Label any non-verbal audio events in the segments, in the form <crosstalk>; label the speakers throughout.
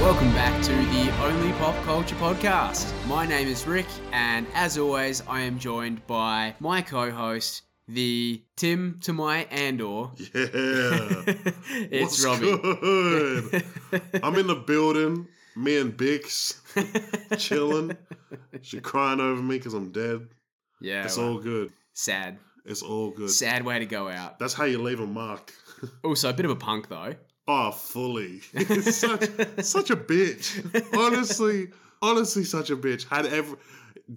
Speaker 1: welcome back to the Only Pop Culture Podcast. My name is Rick, and as always, I am joined by my co host, the Tim to my Andor.
Speaker 2: Yeah.
Speaker 1: <laughs> it's
Speaker 2: What's
Speaker 1: Robbie.
Speaker 2: Good? I'm in the building, me and Bix
Speaker 1: <laughs>
Speaker 2: chilling. She crying over me because I'm dead.
Speaker 1: <laughs> yeah.
Speaker 2: It's
Speaker 1: well,
Speaker 2: all good.
Speaker 1: sad.
Speaker 2: It's all good.
Speaker 1: Sad way to go out.
Speaker 2: That's how you leave a mark.
Speaker 1: Also, a bit of a punk,
Speaker 2: <laughs>
Speaker 1: though. <laughs>
Speaker 2: Oh, fully. <laughs> such, such a bitch. Honestly, honestly, such a bitch. Had ever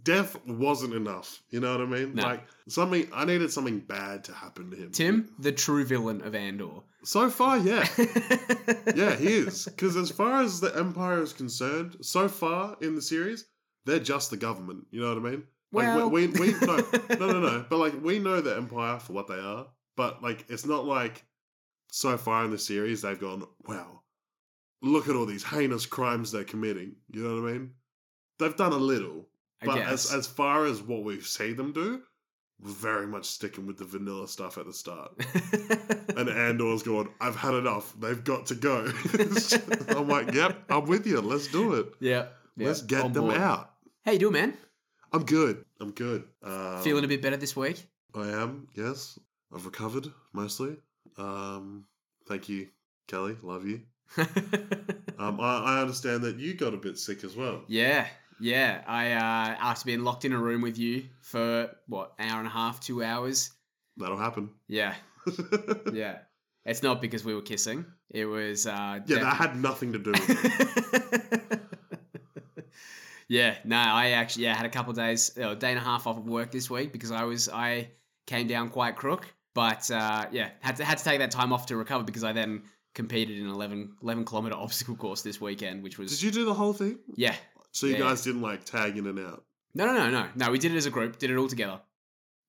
Speaker 2: death wasn't enough. You know what I mean?
Speaker 1: No.
Speaker 2: Like something. I needed something bad to happen to him.
Speaker 1: Tim, the true villain of
Speaker 2: <laughs>
Speaker 1: Andor.
Speaker 2: So far, yeah. yeah, he is. Because as far as the Empire is concerned, so far in the series, they're just the government. You know what I mean? Like,
Speaker 1: Well-
Speaker 2: we, we, we no, no, no, no. But like, we know the Empire for what they are. But like, it's not like so far in the series they've gone, wow, look at all these heinous crimes they're committing. You know what I mean? They've done a little,
Speaker 1: <laughs> I
Speaker 2: but
Speaker 1: guess.
Speaker 2: as as far as what we've seen them do, very much sticking with the vanilla stuff at the start and Andor's going, I've had enough. They've got to go. <laughs> I'm like, yep, I'm with you. Let's do it.
Speaker 1: <laughs> yeah. yeah,
Speaker 2: Let's get
Speaker 1: on
Speaker 2: them
Speaker 1: board.
Speaker 2: out.
Speaker 1: How you doing, man?
Speaker 2: I'm good. I'm good. Um,
Speaker 1: Feeling a bit better this week? <laughs>
Speaker 2: I am, yes. I've recovered mostly. Um, thank you, Kelly. Love you. Um, I, I understand that you got a bit sick as well.
Speaker 1: Yeah, yeah. I uh, after being locked in a room with you for what hour and a half, two hours.
Speaker 2: That'll happen. <laughs>
Speaker 1: Yeah,
Speaker 2: yeah,
Speaker 1: yeah. It's not because we were kissing. It was. Uh,
Speaker 2: that had
Speaker 1: <laughs>
Speaker 2: nothing to do with it.
Speaker 1: definitely- <laughs> yeah. No, I actually yeah had a couple of days, uh, a day and a half off of work this week because I was I came down quite crook. But uh, yeah, had to had to take that time off to recover because I then competed in an 11, 11 kilometer obstacle course this weekend, which was
Speaker 2: Did you do the whole thing?
Speaker 1: yeah.
Speaker 2: So you
Speaker 1: Yeah.
Speaker 2: guys didn't like tag in and out.
Speaker 1: No, no, no, no, no. We did it as a group. Did it all together.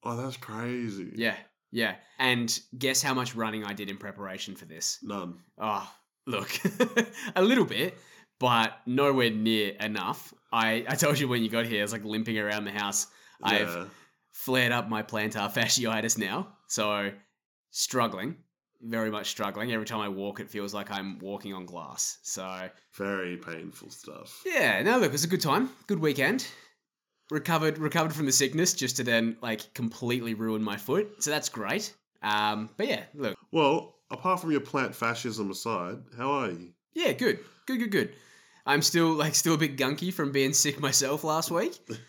Speaker 2: Oh, that's crazy.
Speaker 1: Yeah, yeah. And guess how much running I did in preparation for this?
Speaker 2: None.
Speaker 1: Oh, look, <laughs> a little bit, but nowhere near enough. I, I told you when you got here, I was like limping around the house. I've-
Speaker 2: Yeah.
Speaker 1: Flared up my plantar fasciitis now. So struggling, very much struggling. Every time I walk, it feels like I'm walking on glass. So
Speaker 2: Very painful stuff.
Speaker 1: yeah, no, look, it was a good time, good weekend. Recovered, recovered from the sickness, just to then like completely ruin my foot. So that's great. Um, but yeah, look,
Speaker 2: Well, apart from your plant fascism aside, how
Speaker 1: <laughs>
Speaker 2: are you?
Speaker 1: Yeah, good, good, good, good. I'm still like still a bit gunky from being sick myself last week, but,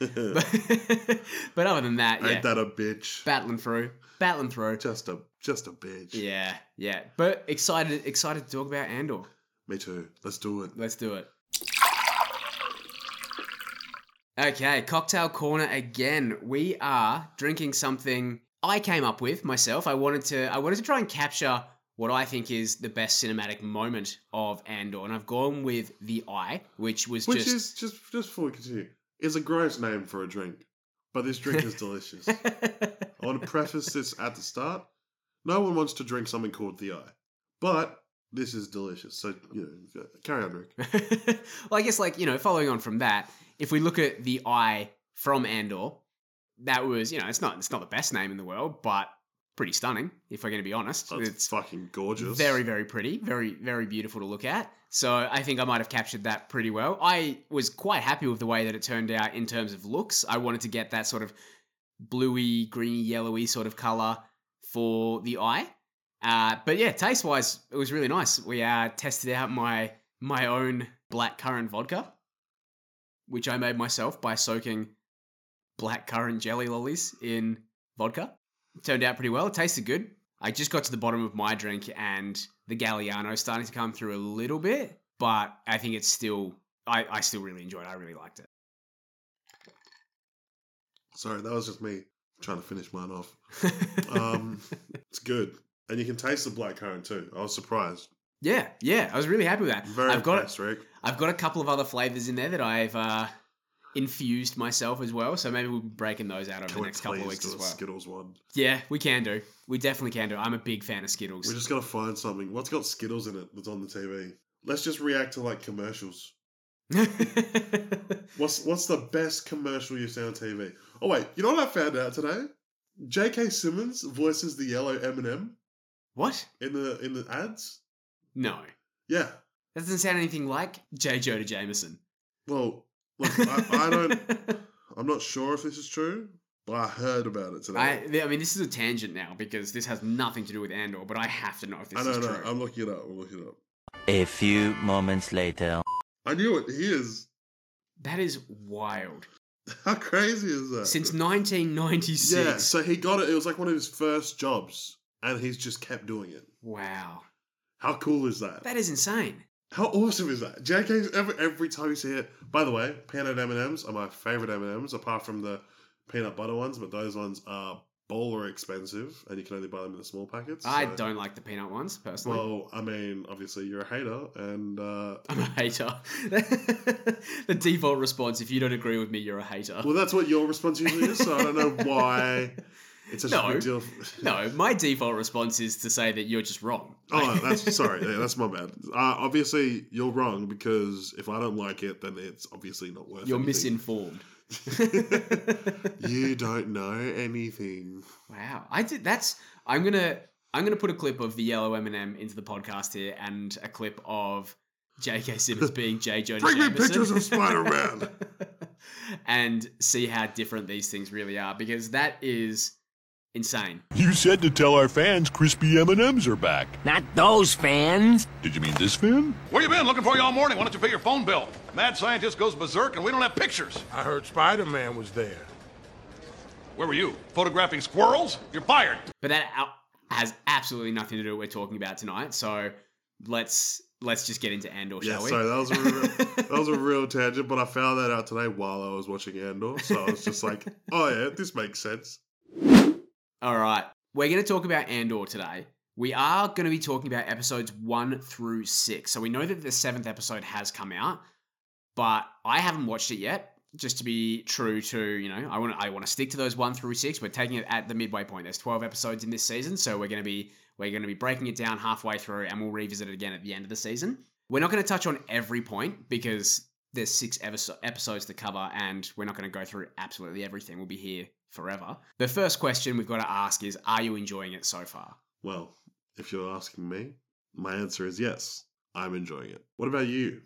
Speaker 1: but <laughs> other than that, yeah,
Speaker 2: Ain't that a bitch?
Speaker 1: battling through, battling through.
Speaker 2: just a just a bitch.
Speaker 1: Yeah, yeah, but excited, excited to talk about Andor.
Speaker 2: Me too. Let's do it.
Speaker 1: Let's do it. Okay, cocktail corner again. We are drinking something I came up with myself. I wanted to I wanted to try and capture what I think is the best cinematic moment of Andor, and I've gone with the Eye, which was
Speaker 2: Which
Speaker 1: just
Speaker 2: is just just before we continue, is a gross name for a drink, but this
Speaker 1: <laughs>
Speaker 2: drink is delicious. I want to preface this at the start. No one wants to drink something called the eye, but this is delicious. So you know, carry on, Rick.
Speaker 1: well, I guess like you know, following on from that, if we look at the eye from Andor, that was you know, it's not it's not the best name in the world, but pretty stunning if we're going to be honest.
Speaker 2: That's
Speaker 1: it's
Speaker 2: fucking gorgeous.
Speaker 1: very very pretty, very very beautiful to look at. So I think I might have captured that pretty well. I was quite happy with the way that it turned out in terms of looks. I wanted to get that sort of bluey, greeny, yellowy sort of color for the eye. Uh, but yeah, taste wise, it was really nice. We uh, tested out my my own black currant vodka, which I made myself by soaking black currant jelly lollies in vodka. Turned out pretty well. It tasted good. I just got to the bottom of my drink, and the Galliano starting to come through a little bit, but I think it's still. I, I still really enjoyed it. I really liked it.
Speaker 2: Sorry, that was just me trying to finish mine off.
Speaker 1: <laughs>
Speaker 2: Um, it's good, and you can taste the black currant too. I was surprised.
Speaker 1: yeah, yeah. I was really happy with that.
Speaker 2: Very
Speaker 1: I've got it.
Speaker 2: impressed, Rick.
Speaker 1: I've got a couple of other flavors in there that I've uh, infused myself as well. So maybe we'll be breaking those out over
Speaker 2: Can
Speaker 1: the
Speaker 2: we
Speaker 1: next couple of
Speaker 2: please
Speaker 1: weeks
Speaker 2: do
Speaker 1: as
Speaker 2: a
Speaker 1: well.
Speaker 2: Skittles one.
Speaker 1: yeah, we can do. We definitely can do. I'm a big fan of Skittles.
Speaker 2: We just gotta find something. What's got Skittles in it that's on the TV? Let's just react to like commercials. What's what's the best commercial you've seen on TV? Oh wait, you know what I found out today? J.K. Simmons voices the yellow Eminem
Speaker 1: <laughs> what?
Speaker 2: in the in the ads.
Speaker 1: No.
Speaker 2: Yeah,
Speaker 1: That doesn't sound anything like J. Jonah Jameson.
Speaker 2: Well, look, I, I don't. <laughs>
Speaker 1: <laughs>
Speaker 2: I'm not sure if this is true, but I heard about it today.
Speaker 1: I, I mean, this is a tangent now because this has nothing to do with Andor, but I have to know if this
Speaker 2: I don't
Speaker 1: is
Speaker 2: know. Um,
Speaker 1: true.
Speaker 2: I'm looking it up. I'm looking it up.
Speaker 3: A few moments later.
Speaker 2: I knew it. He is. <laughs>
Speaker 1: That is wild.
Speaker 2: How crazy is that? <laughs>
Speaker 1: Since 1996.
Speaker 2: uh, yeah, so he got it. It was like one of his first jobs, and he's just kept doing it.
Speaker 1: Wow.
Speaker 2: How cool is that?
Speaker 1: That is insane.
Speaker 2: How awesome is that? JK's every every time you see it. By the way, peanut M and M's are my favorite M and M's, apart from the peanut butter ones. But those ones are bowler expensive, and you can only buy them in the small packets.
Speaker 1: I
Speaker 2: so-
Speaker 1: don't like the peanut ones, personally.
Speaker 2: Well, I mean, obviously you're a hater, and uh,
Speaker 1: I'm a hater. <laughs> the default response if you don't agree with me, you're a hater.
Speaker 2: well, that's what your response usually is. So I don't know
Speaker 1: <laughs>
Speaker 2: why it's such
Speaker 1: No.
Speaker 2: a big deal.
Speaker 1: <laughs> No, my default response is to say that you're just wrong.
Speaker 2: <laughs> Oh,
Speaker 1: <laughs>
Speaker 2: that's sorry. Yeah, that's my bad. Uh, obviously, you're wrong because if I don't like it, then it's obviously not worth.
Speaker 1: You're
Speaker 2: anything. <laughs>
Speaker 1: misinformed. <laughs>
Speaker 2: you don't know anything.
Speaker 1: wow, I did. That's. I'm gonna. I'm gonna put a clip of the yellow M&M into the podcast here, and a clip of J.K. Simmons being
Speaker 2: <laughs>
Speaker 1: J. Jonah
Speaker 2: <laughs> Bring me
Speaker 1: Jameson.
Speaker 2: pictures of Spider-Man.
Speaker 1: <laughs> and see how different these things really are, because that is insane.
Speaker 4: You said to tell our fans crispy M&Ms are back.
Speaker 5: Not those fans.
Speaker 4: Did you mean this fan?
Speaker 6: Where you been? Looking for you all morning. Why don't you pay your phone bill? Mad scientist goes berserk, and we don't have pictures.
Speaker 7: I heard Spider Man was there.
Speaker 6: Where were you? Photographing squirrels? You're fired.
Speaker 1: but that out- has absolutely nothing to do with what we're talking about tonight. So let's let's just get into Andor,
Speaker 2: Yeah,
Speaker 1: shall we?
Speaker 2: sorry, that was a real, that was a real tangent, but I found that out today while I was watching Andor, so I was just like, <laughs> "Oh yeah, this makes sense."
Speaker 1: All right, we're going to talk about Andor today. We are going to be talking about episodes one through six. So we know that the seventh episode has come out, but I haven't watched it yet. Just to be true to you know, I want I want to stick to those one through six. We're taking it at the midway point. There's twelve episodes in this season, so we're going to be we're going to be breaking it down halfway through, and we'll revisit it again at the end of the season. We're not going to touch on every point because there's six episo- episodes to cover, and we're not going to go through absolutely everything. We'll be here forever. The first question we've got to ask is Are you enjoying it so far? <laughs>
Speaker 2: Well, if you're asking me, my answer is yes. I'm enjoying it. What about <laughs> you?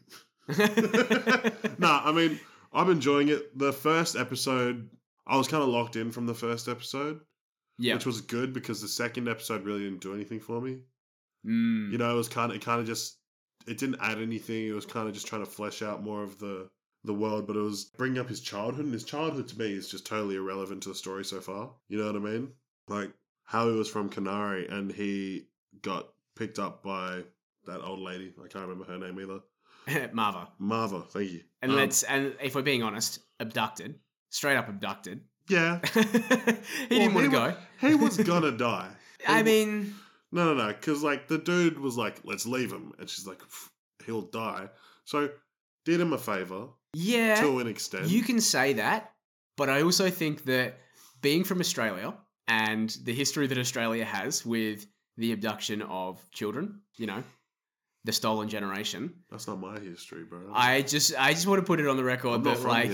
Speaker 2: nah, I mean, I'm enjoying it. The first episode, I was kind of locked in from the first episode,
Speaker 1: yeah.
Speaker 2: which was good because the second episode really didn't do anything for me.
Speaker 1: Mm. <laughs>
Speaker 2: You know, it was kind of it kind of just it didn't add anything. It was kind of just trying to flesh out more of the the world, but it was bringing up his childhood, and his childhood to me is just totally irrelevant to the story so far. You know what I mean? Like how he was from Canary and he got picked up by that old lady. I can't remember her name either.
Speaker 1: Marva.
Speaker 2: Marva, thank you.
Speaker 1: And
Speaker 2: Um,
Speaker 1: let's, and if we're being honest, abducted, straight up abducted. <laughs>
Speaker 2: yeah.
Speaker 1: he didn't want to
Speaker 2: wa-
Speaker 1: go.
Speaker 2: He was gonna <laughs> die.
Speaker 1: I
Speaker 2: wa-
Speaker 1: mean,
Speaker 2: No, no, no. Because like the dude was like, "Let's leave him," and she's like, "Pff, "He'll die." So did him a favor
Speaker 1: yeah.
Speaker 2: to an extent.
Speaker 1: You can say that, but I also think that being from Australia and the history that Australia has with the abduction of children, you know, the stolen generation,
Speaker 2: That's not my history, bro.
Speaker 1: I just I just want to put it on the record
Speaker 2: I'm not
Speaker 1: that
Speaker 2: from
Speaker 1: like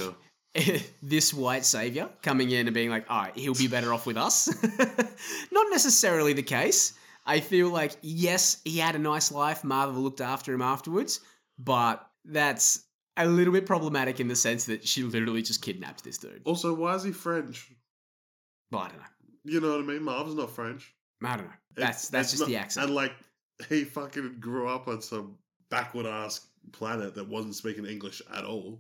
Speaker 2: here.
Speaker 1: <laughs> this white savior coming in and being like, "All right, he'll be better off with us." <laughs> Not necessarily the case. I feel like yes, he had a nice life. Marvel looked after him afterwards, but that's a little bit problematic in the sense that she literally just kidnapped this dude.
Speaker 2: Also, why is he French?
Speaker 1: But I don't know.
Speaker 2: You know what I mean? Marv's not French.
Speaker 1: I don't know.
Speaker 2: It's-
Speaker 1: That's that's
Speaker 2: it's
Speaker 1: just
Speaker 2: not-
Speaker 1: the accent.
Speaker 2: And like he fucking grew up on some backward ass planet that wasn't speaking English at all.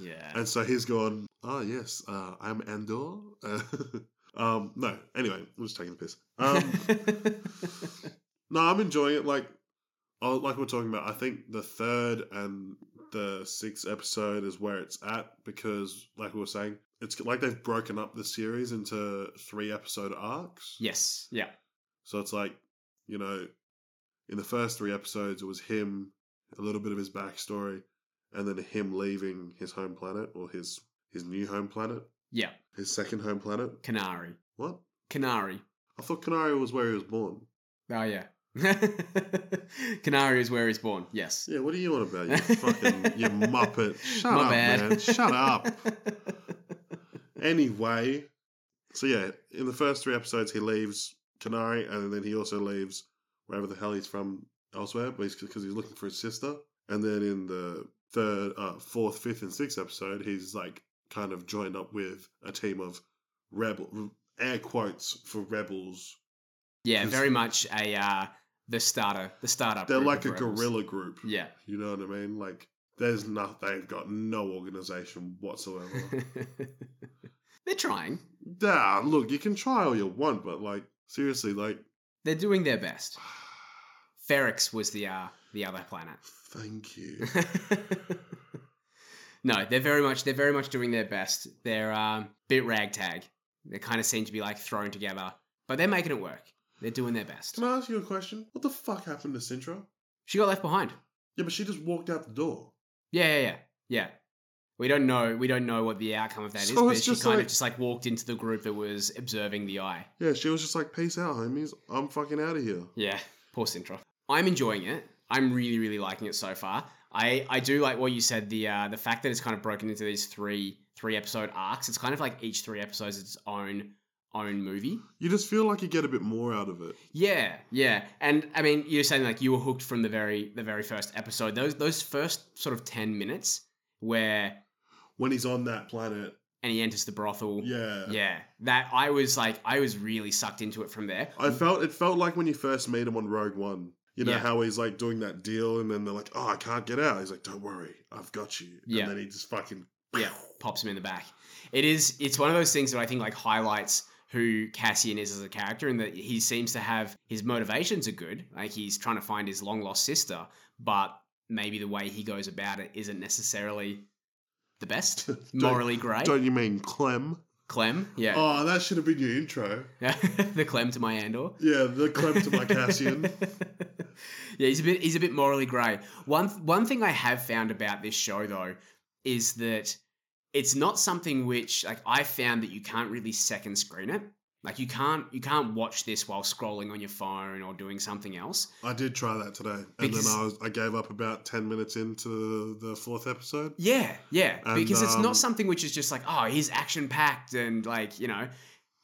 Speaker 1: yeah.
Speaker 2: And so he's gone, oh, yes, uh, I'm Andor. <laughs> Uh, um, no, anyway, I'm just taking the piss. Um,
Speaker 1: <laughs>
Speaker 2: no, I'm enjoying it. Like, oh, like we're talking about, I think the third and the sixth episode is where it's at because, like we were saying, it's like they've broken up the series into three episode arcs.
Speaker 1: yes. Yeah.
Speaker 2: So it's like, you know, in the first three episodes, it was him, a little bit of his backstory, and then him leaving his home planet or his his new home planet,
Speaker 1: Yeah.
Speaker 2: his second home planet.
Speaker 1: Canary.
Speaker 2: What?
Speaker 1: Canary.
Speaker 2: I thought Canary was where he was born.
Speaker 1: Oh yeah. <laughs> Canary is where he's born. Yes.
Speaker 2: Yeah, what are you on
Speaker 1: <laughs>
Speaker 2: about? You fucking you muppet. Shut
Speaker 1: My
Speaker 2: up,
Speaker 1: bad. <laughs>
Speaker 2: man. Shut up. anyway, so yeah, in the first three episodes, he leaves Canary, and then he also leaves wherever the hell he's from elsewhere, because he's looking for his sister. And then in the third, uh, fourth, fifth, and sixth episode, he's like kind of joined up with a team of rebel, air quotes for rebels.
Speaker 1: Yeah,
Speaker 2: Just-
Speaker 1: very much a uh, the starter, the startup.
Speaker 2: They're
Speaker 1: group
Speaker 2: like
Speaker 1: of
Speaker 2: a
Speaker 1: rebels.
Speaker 2: guerrilla group.
Speaker 1: Yeah. <laughs>
Speaker 2: You know what I mean? Like there's not they've got no organization whatsoever.
Speaker 1: They're trying.
Speaker 2: nah, look, you can try all you want, but like seriously, like
Speaker 1: They're doing their
Speaker 2: <sighs>
Speaker 1: best. Ferrex was the uh, the other planet. <laughs>
Speaker 2: thank you.
Speaker 1: no, they're very much they're very much doing their best. They're um, bit ragtag. They kind of seem to be like thrown together, but they're making it work. They're doing their best.
Speaker 2: Can I ask you a question? What the fuck happened to Sintra?
Speaker 1: She got left behind.
Speaker 2: Yeah, but she just walked out the door.
Speaker 1: Yeah, yeah, yeah, yeah. We don't know. We don't know what the outcome of that is.
Speaker 2: So
Speaker 1: But
Speaker 2: it's
Speaker 1: she
Speaker 2: just
Speaker 1: kind of
Speaker 2: like-
Speaker 1: just like walked into the group that was observing the eye.
Speaker 2: Yeah, she was just like, peace out, homies. I'm fucking out of here.
Speaker 1: Yeah, poor Sintra. I'm enjoying it. I'm really, really liking it so far. I, I do like what you said. The uh, the fact that it's kind of broken into these three three episode arcs. It's kind of like each three episodes its own own movie.
Speaker 2: You just feel like you get a bit more out of it.
Speaker 1: Yeah, yeah. And I mean, you're saying like you were hooked from the very the very first episode. Those those first sort of ten minutes where
Speaker 2: When he's on that planet.
Speaker 1: and he enters the brothel.
Speaker 2: Yeah.
Speaker 1: Yeah, that I was like, I was really sucked into it from there.
Speaker 2: I felt it felt like when you first meet him on Rogue One. You know
Speaker 1: Yeah.
Speaker 2: how he's like doing that deal and then they're like, Oh, I can't get out. He's like, Don't worry, I've got you. And
Speaker 1: Yeah.
Speaker 2: then he just fucking
Speaker 1: yeah, pops him in the back. It is. It's one of those things that I think like highlights who Cassian is as a character, and that he seems to have his motivations are good. Like he's trying to find his long lost sister, but maybe the way he goes about it isn't necessarily the best, morally great.
Speaker 2: <laughs> Don't you mean Clem?
Speaker 1: Clem, yeah,
Speaker 2: Oh, that should have been your intro.
Speaker 1: <laughs> the Clem to my Andor.
Speaker 2: Yeah, the Clem
Speaker 1: <laughs>
Speaker 2: to my Cassian.
Speaker 1: yeah, he's a bit he's a bit morally grey. One one thing I have found about this show though is that it's not something which like I found that you can't really second screen it. Like you can't you can't watch this while scrolling on your phone or doing something else.
Speaker 2: I did try that today. And
Speaker 1: Because-
Speaker 2: then I was I gave up about ten minutes into the fourth episode.
Speaker 1: Yeah, yeah,
Speaker 2: And,
Speaker 1: because it's
Speaker 2: um,
Speaker 1: not something which is just like oh he's action packed and like you know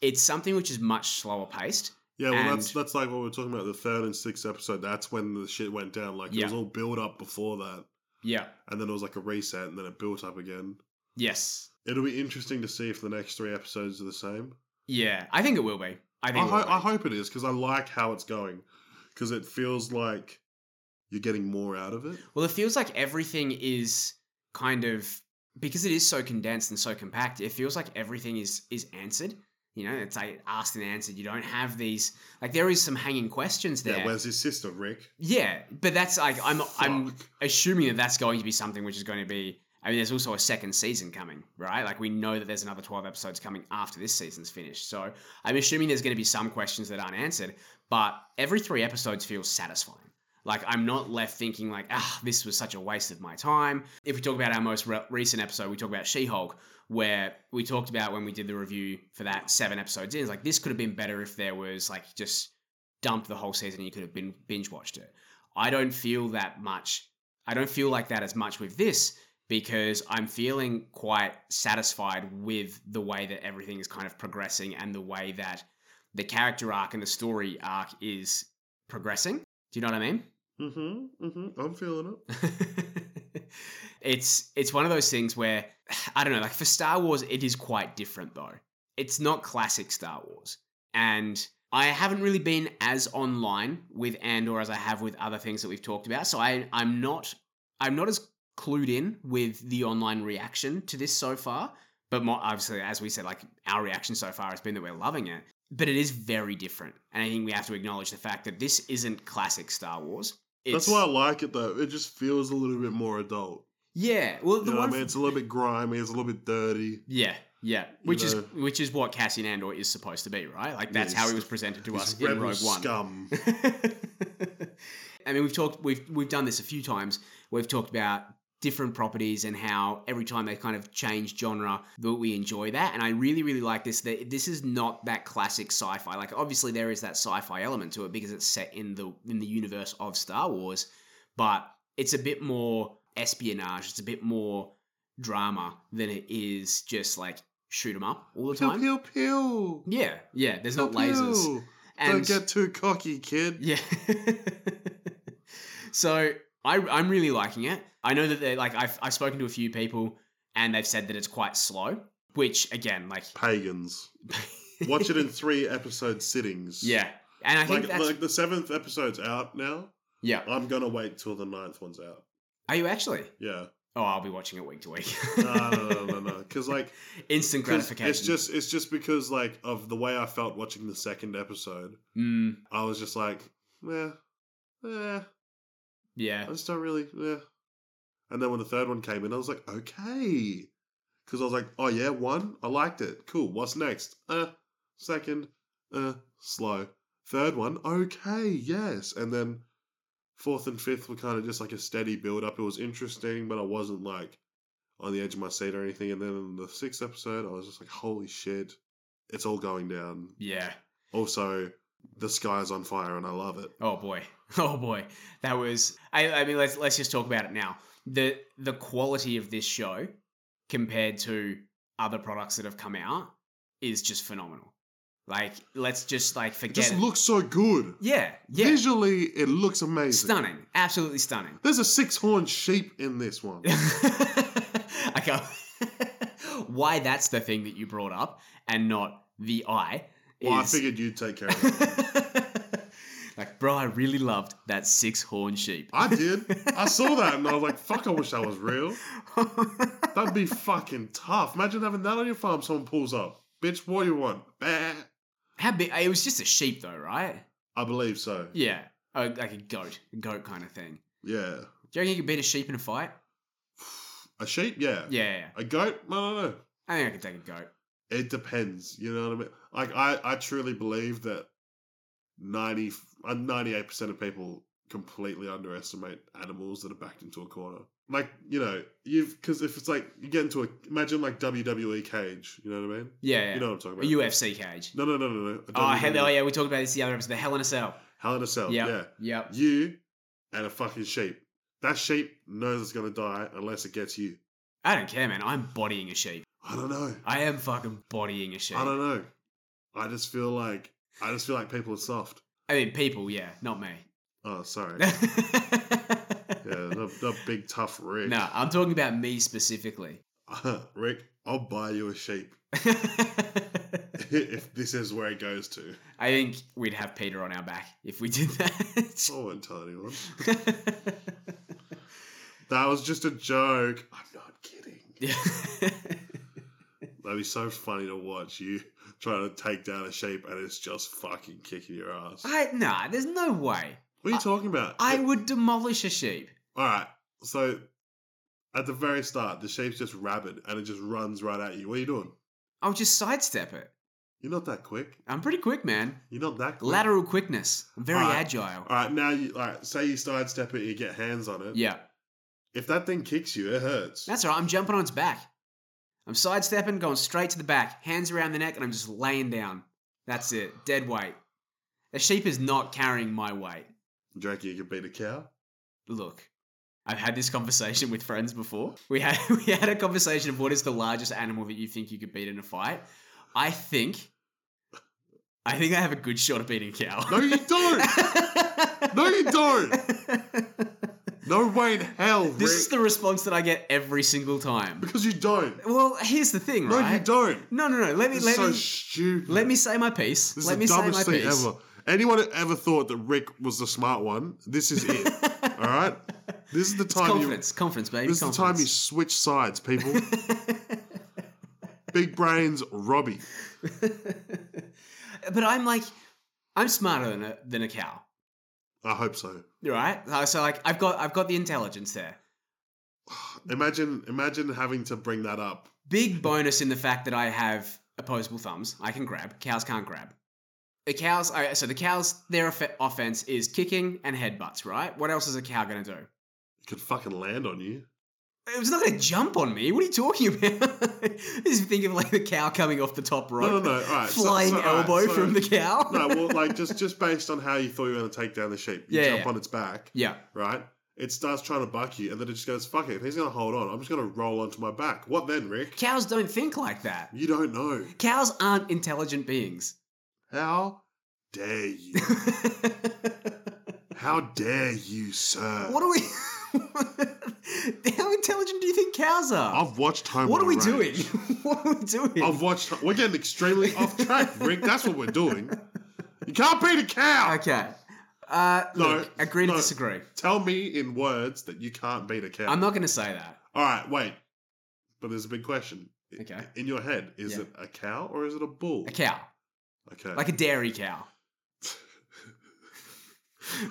Speaker 1: it's something which is much slower paced.
Speaker 2: Yeah, well,
Speaker 1: And-
Speaker 2: that's that's like what we were talking about the third and sixth episode. That's when the shit went down. Like it was
Speaker 1: Yeah.
Speaker 2: all built up before that,
Speaker 1: Yeah.
Speaker 2: and then it was like a reset, and then it built up again.
Speaker 1: Yes.
Speaker 2: It'll be interesting to see if the next three episodes are the same.
Speaker 1: Yeah, I think it will be. I
Speaker 2: I,
Speaker 1: think. it will
Speaker 2: ho-
Speaker 1: be.
Speaker 2: I hope it is because I like how it's going because it feels like you're getting more out of it.
Speaker 1: Well, it feels like everything is kind of because it is so condensed and so compact. It feels like everything is is answered. You know, it's like asked and answered. You don't have these like there is some hanging questions there.
Speaker 2: Yeah,
Speaker 1: Yeah,
Speaker 2: where's his sister, Rick?
Speaker 1: but that's like I'm I'm
Speaker 2: Fuck.
Speaker 1: assuming that that's going to be something which is going to be. I mean, there's also a second season coming, right? Like we know that there's another 12 episodes coming after this season's finished. So I'm assuming there's going to be some questions that aren't answered, but every three episodes feels satisfying. Like I'm not left thinking like, ah, this was such a waste of my time. If we talk about our most re- recent episode, we talk about She-Hulk, where we talked about when we did the review for that seven episodes in, it's like this could have been better if there was like just dumped the whole season and you could have been binge watched it. I don't feel that much. I don't feel like that as much with this because I'm feeling quite satisfied with the way that everything is kind of progressing and the way that the character arc and the story arc is progressing. Do you know what I mean?
Speaker 2: Mm-hmm. Mm-hmm. I'm feeling it.
Speaker 1: <laughs> it's it's one of those things where <sighs> I don't know, like for Star Wars, it is quite different though. It's not classic Star Wars, and I haven't really been as online with Andor as I have with other things that we've talked about. So I I'm not I'm not as clued in with the online reaction to this so far. But more, obviously, as we said, like our reaction so far has been that we're loving it. But it is very different, and I think we have to acknowledge the fact that this isn't classic Star Wars. It's-
Speaker 2: That's why I like it though. It just feels a little bit more adult.
Speaker 1: Yeah, well,
Speaker 2: You
Speaker 1: the
Speaker 2: know what
Speaker 1: one
Speaker 2: I mean? It's a little bit grimy. It's a little bit dirty.
Speaker 1: Yeah, yeah. Which is
Speaker 2: know.
Speaker 1: which is what Cassian Andor is supposed to be, right? Like that's
Speaker 2: Yes.
Speaker 1: how he was presented to us
Speaker 2: It's
Speaker 1: in
Speaker 2: rebel
Speaker 1: Rogue One.
Speaker 2: <laughs> scum.
Speaker 1: <laughs> I mean, we've talked we've we've done this a few times. We've talked about different properties and how every time they kind of change genre that we enjoy that and i really really like this that this is not that classic sci-fi like obviously there is that sci-fi element to it because it's set in the in the universe of star wars but it's a bit more espionage it's a bit more drama than it is just like shoot 'em up all the
Speaker 2: Pew
Speaker 1: time
Speaker 2: pew pew.
Speaker 1: yeah yeah there's not
Speaker 2: Pew,
Speaker 1: lasers
Speaker 2: pew.
Speaker 1: and
Speaker 2: Don't get too cocky, kid.
Speaker 1: yeah. so I, I'm really liking it. I know that they're like I've I've spoken to a few people and they've said that it's quite slow, which again, like <laughs>
Speaker 2: Pagans. Watch it in three episode sittings.
Speaker 1: yeah, and I think
Speaker 2: Like,
Speaker 1: that's
Speaker 2: like the seventh episode's out now.
Speaker 1: yeah.
Speaker 2: I'm gonna wait till the ninth one's out.
Speaker 1: Are you actually?
Speaker 2: Yeah.
Speaker 1: Oh, I'll be watching it week to week.
Speaker 2: No, no, no, no, no. Because like
Speaker 1: <laughs> Instant
Speaker 2: 'cause
Speaker 1: gratification.
Speaker 2: it's just it's just because like of the way I felt watching the second episode,
Speaker 1: Mm,
Speaker 2: I was just like, yeah, yeah.
Speaker 1: yeah.
Speaker 2: I just don't really, yeah. And then when the third one came in, I was like, okay, because I was like, oh yeah, one, I liked it, cool. What's next? Uh, second, uh, slow. Third one, okay, yes. And then fourth and fifth were kind of just like a steady build up. It was interesting, but I wasn't like on the edge of my seat or anything. And then in the sixth episode, I was just like, holy shit, it's all going down.
Speaker 1: Yeah.
Speaker 2: Also, the sky's on fire, and I love it.
Speaker 1: Oh boy. <laughs> Oh boy. That was I, I mean let's let's just talk about it now. The the quality of this show compared to other products that have come out is just phenomenal. Like let's just like
Speaker 2: It
Speaker 1: forget
Speaker 2: just
Speaker 1: it.
Speaker 2: looks so good.
Speaker 1: Yeah. Yeah.
Speaker 2: Visually, it looks amazing.
Speaker 1: Stunning. Absolutely stunning. <laughs>
Speaker 2: There's a six horned sheep in this one.
Speaker 1: I can't <laughs> why that's the thing that you brought up and not the eye.
Speaker 2: Well, I
Speaker 1: is-
Speaker 2: figured you'd take care of it.
Speaker 1: <laughs> like, bro, I really loved that six horn sheep.
Speaker 2: I did. I saw that and I was like, fuck, I wish that was real. That'd be fucking tough. Imagine having that on your farm, someone pulls up. Bitch, what do you want? Bah.
Speaker 1: How big? It was just a sheep, though, right?
Speaker 2: I believe so.
Speaker 1: Yeah, oh, like a goat, a goat kind of thing.
Speaker 2: Yeah.
Speaker 1: Do you reckon you could beat a sheep in a fight?
Speaker 2: A sheep? Yeah.
Speaker 1: Yeah, yeah, yeah.
Speaker 2: A goat? No, no, no.
Speaker 1: I think I could take a goat.
Speaker 2: It depends. You know what I mean? Like, I, I truly believe that 90, uh, 98% of people completely underestimate animals that are backed into a corner. Like, you know, you've, because if it's like, you get into a, imagine like WWE cage, you know what I mean?
Speaker 1: Yeah, yeah.
Speaker 2: You know what I'm talking
Speaker 1: a
Speaker 2: about.
Speaker 1: UFC cage.
Speaker 2: No, no, no, no, no.
Speaker 1: Oh, hell,
Speaker 2: hello,
Speaker 1: oh, yeah, we talked about this the other episode. The Hell in a Cell.
Speaker 2: E. Hell in a Cell,
Speaker 1: Yep,
Speaker 2: Oh, yeah.
Speaker 1: Yep.
Speaker 2: You and a fucking sheep. That sheep knows it's going to die unless it gets you.
Speaker 1: I don't care, man. I'm bodying a sheep.
Speaker 2: I don't know.
Speaker 1: I am fucking bodying a sheep.
Speaker 2: I don't know. I just feel like, I just feel like people are soft.
Speaker 1: I mean, people, yeah, not
Speaker 2: <laughs>
Speaker 1: me.
Speaker 2: Oh, sorry.
Speaker 1: yeah,
Speaker 2: Yeah, the, the big tough Rick.
Speaker 1: No, I'm talking about me specifically.
Speaker 2: <laughs>
Speaker 1: <laughs>
Speaker 2: Rick, I'll buy you a sheep
Speaker 1: I
Speaker 2: <laughs> if this is where it goes to.
Speaker 1: think we'd have Peter on our back if we did that.
Speaker 2: I won't tell anyone. Oh.
Speaker 1: <laughs>
Speaker 2: That was just a joke. I'm not kidding. <laughs>
Speaker 1: Yeah.
Speaker 2: That'd be so funny to watch you trying to take down a sheep and it's just fucking kicking your ass.
Speaker 1: I nah, there's no way.
Speaker 2: what are you talking about?
Speaker 1: I would demolish a sheep.
Speaker 2: All right. So at the very start, the sheep's just rabid and it just runs right at you. What are you doing?
Speaker 1: I'll just sidestep it.
Speaker 2: You're not that quick.
Speaker 1: I'm pretty quick, man.
Speaker 2: You're not that quick.
Speaker 1: Lateral quickness. I'm very
Speaker 2: Alright.
Speaker 1: agile.
Speaker 2: All right. Now, you, all right. Say you sidestep it, you get hands on it.
Speaker 1: Yeah.
Speaker 2: If that thing kicks you, it hurts.
Speaker 1: That's all right. I'm jumping on its back. I'm sidestepping, going straight to the back, hands around the neck, and I'm just laying down. That's it. Dead weight. The sheep is not carrying my weight.
Speaker 2: Do you reckon you could beat a cow?
Speaker 1: Look, I've had this conversation with friends before. We had <laughs> we had a conversation of what is the largest animal that you think you could beat in a fight. I think I think I have a good shot at beating a cow.
Speaker 2: No, you don't. no, you don't. No way in hell,
Speaker 1: <laughs>
Speaker 2: Rick.
Speaker 1: This is the response that I get every single time.
Speaker 2: because you don't.
Speaker 1: Well, here's the thing,
Speaker 2: No,
Speaker 1: right?
Speaker 2: you don't.
Speaker 1: No, no, no. Let me
Speaker 2: This
Speaker 1: let
Speaker 2: is so
Speaker 1: me
Speaker 2: stupid.
Speaker 1: let me say my piece.
Speaker 2: This
Speaker 1: let me
Speaker 2: is the
Speaker 1: say
Speaker 2: dumbest
Speaker 1: my
Speaker 2: thing
Speaker 1: piece.
Speaker 2: ever. Anyone who ever thought that Rick was the smart one, this is
Speaker 1: <laughs>
Speaker 2: it. All right. This is the
Speaker 1: It's
Speaker 2: time. You,
Speaker 1: confidence, confidence, baby.
Speaker 2: this is the time you
Speaker 1: confidence.
Speaker 2: switch sides, people.
Speaker 1: <laughs>
Speaker 2: Big brains, Robbie.
Speaker 1: <laughs> but I'm like, I'm smarter than a, than a cow,
Speaker 2: I hope so.
Speaker 1: right? So- So like, I've got I've got the intelligence there.
Speaker 2: Imagine, imagine having to bring that up.
Speaker 1: Big bonus in the fact that I have opposable thumbs. I can grab. Cows can't grab. The cows. I- So the cows, their off- offense is kicking and headbutts, right? What else is a cow gonna do?
Speaker 2: It could fucking land on you.
Speaker 1: It was not gonna jump on me. What are you talking about? <laughs> Just think of like the cow coming off the top rope.
Speaker 2: No, no, no. All right. so-
Speaker 1: Flying
Speaker 2: so, all right,
Speaker 1: elbow
Speaker 2: so-
Speaker 1: from the cow.
Speaker 2: <laughs> No, well, like just just based on how you thought you were going to take down the sheep, you
Speaker 1: Yeah,
Speaker 2: jump
Speaker 1: yeah.
Speaker 2: on its back,
Speaker 1: <laughs> yeah.
Speaker 2: right? It starts trying to buck you, and then it just goes, "Fuck it! If he's going to hold on, I'm just going to roll onto my back." What then, Rick?
Speaker 1: Cows don't think like that.
Speaker 2: You don't know.
Speaker 1: Cows aren't intelligent beings. <laughs>
Speaker 2: How dare you?
Speaker 1: what
Speaker 2: How dare you, sir?
Speaker 1: <laughs> are we? How intelligent do you think cows are?
Speaker 2: I've watched Home.
Speaker 1: what are
Speaker 2: on
Speaker 1: we
Speaker 2: a
Speaker 1: doing?
Speaker 2: Range.
Speaker 1: <laughs> what are we doing?
Speaker 2: I've watched. We're getting extremely off track, Rick. That's what we're doing. You can't beat a cow.
Speaker 1: okay. Uh,
Speaker 2: No,
Speaker 1: look, agree to
Speaker 2: no.
Speaker 1: disagree.
Speaker 2: Tell me in words that you can't beat a cow.
Speaker 1: I'm not going to say that.
Speaker 2: All right, wait. But there's a big question. I-
Speaker 1: Okay.
Speaker 2: In your head, is
Speaker 1: Yeah.
Speaker 2: it a cow or is it a bull?
Speaker 1: A cow,
Speaker 2: Okay.
Speaker 1: like a dairy cow.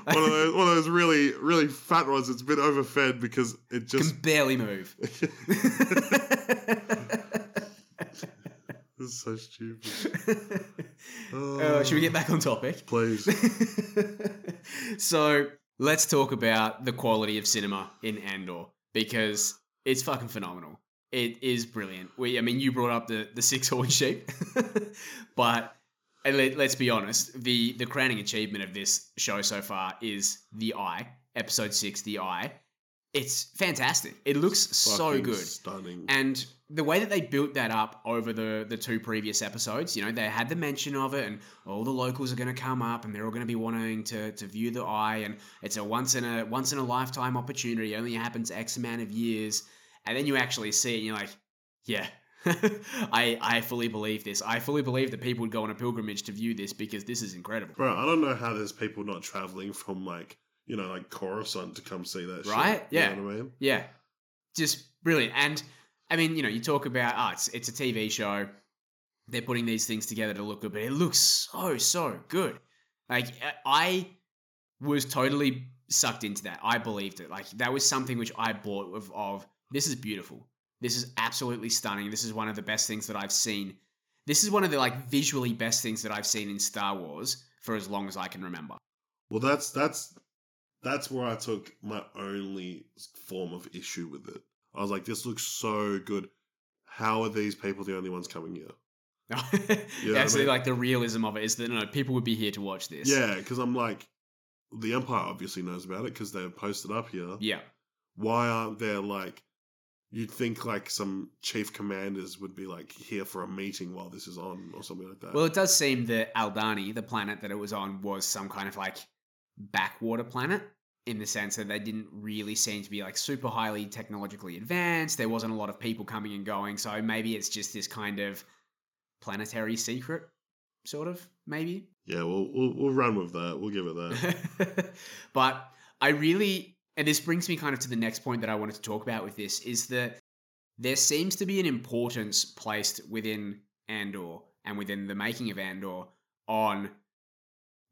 Speaker 2: one of those, one of those really, really fat ones that's been overfed because it just
Speaker 1: can barely
Speaker 2: <laughs>
Speaker 1: move. <laughs>
Speaker 2: is so stupid.
Speaker 1: <laughs>
Speaker 2: Ah,
Speaker 1: Uh, should we get back on topic?
Speaker 2: Please.
Speaker 1: <laughs> so let's talk about the quality of cinema in Andor because it's fucking phenomenal. It is brilliant. We, I mean, you brought up the the six horn sheep, <laughs> but and let, let's be honest the the crowning achievement of this show so far is the Eye, episode six, the Eye. It's fantastic. It looks <laughs> so
Speaker 2: Fucking
Speaker 1: good.
Speaker 2: Stunning.
Speaker 1: And the way that they built that up over the the two previous episodes, you know, they had the mention of it, and all the locals are going to come up, and they're all going to be wanting to to view the eye, and it's a once in a once in a lifetime opportunity. Only happens X amount of years, and then you actually see it, and you're like, yeah. <laughs> I I fully believe this. I fully believe that people would go on a pilgrimage to view this because this is incredible.
Speaker 2: Bro, I don't know how there's people not traveling from like, you know, like Coruscant to come see that shit.
Speaker 1: Right? Yeah.
Speaker 2: You know what I mean?
Speaker 1: Yeah, just brilliant. And I mean, you know, you talk about ah, it's it's a TV show. They're putting these things together to look good, but it looks so so good. Like uh, I I was totally sucked into that. I believed it. Like that was something which I bought of. of this is beautiful. This is absolutely stunning. This is one of the best things that I've seen. This is one of the like visually best things that I've seen in Star Wars for as long as I can remember. <laughs>
Speaker 2: Well, that's that's that's where I took my only form of issue with it. I was like, this looks so good. How are these people the only ones coming here?
Speaker 1: yeah,
Speaker 2: I
Speaker 1: Actually,
Speaker 2: mean-
Speaker 1: like the realism of it is that no people would be here to watch this.
Speaker 2: Yeah, because I'm like, the Empire obviously knows about it because they've posted up here.
Speaker 1: Yeah.
Speaker 2: Why aren't there like, you'd think like some chief commanders would be like here for a meeting while this is on or something like that.
Speaker 1: Well, it does seem that Aldani, the planet that it was on, was some kind of like backwater planet in the sense that they didn't really seem to be like super highly technologically advanced. There wasn't a lot of people coming and going. So maybe it's just this kind of planetary secret, sort of, maybe.
Speaker 2: yeah, we'll, we'll we'll run with that. We'll give
Speaker 1: <laughs>
Speaker 2: it that.
Speaker 1: but I really, and this brings me kind of to the next point that I wanted to talk about with this is that there seems to be an importance placed within Andor and within the making of Andor on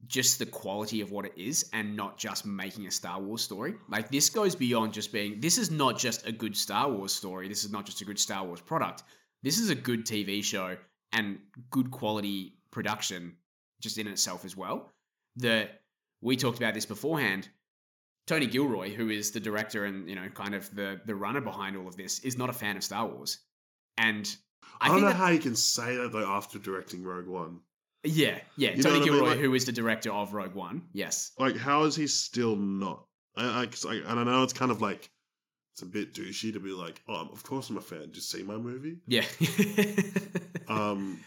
Speaker 1: just the quality of what it is and not just making a Star Wars story. Like this goes beyond just being this is not just a good Star Wars story, this is not just a good Star Wars product. This is a good TV show and good quality production just in itself as well. That we talked about this beforehand. Tony Gilroy, who is the director and you know kind of the the runner behind all of this, is not a fan of Star Wars, and
Speaker 2: I, don't
Speaker 1: think
Speaker 2: know
Speaker 1: that-
Speaker 2: how you can say that though after directing Rogue One.
Speaker 1: yeah, yeah,
Speaker 2: You know
Speaker 1: Tony
Speaker 2: what I mean?
Speaker 1: Gilroy,
Speaker 2: Like-
Speaker 1: who is the director of Rogue One, yes,
Speaker 2: Like, how is he still not? I, I, 'cause I- and I know it's kind of like it's a bit douchey to be like, oh, I'm- of course I'm a fan. Just see
Speaker 1: <laughs>
Speaker 2: my movie.
Speaker 1: yeah,
Speaker 2: Um,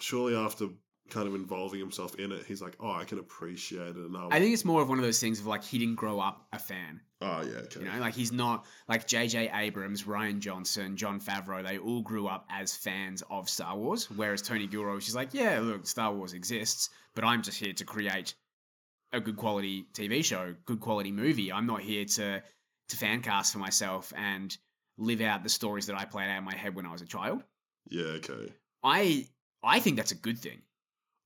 Speaker 2: surely after kind of involving himself in it, he's like, oh, I can appreciate it. And I'll,
Speaker 1: I think it's more of one of those things of like he didn't grow up a fan.
Speaker 2: oh yeah, okay.
Speaker 1: You know, like he's not like J.J. Abrams, Ryan Johnson, John Favreau. They all grew up as fans of Star Wars, whereas Tony Gilroy, she's like, yeah, look, Star Wars exists, but I'm just here to create a good quality TV show, good quality movie. I'm not here to to fan cast for myself and live out the stories that I played out in my head when I was a child.
Speaker 2: yeah, okay.
Speaker 1: I I think that's a good thing.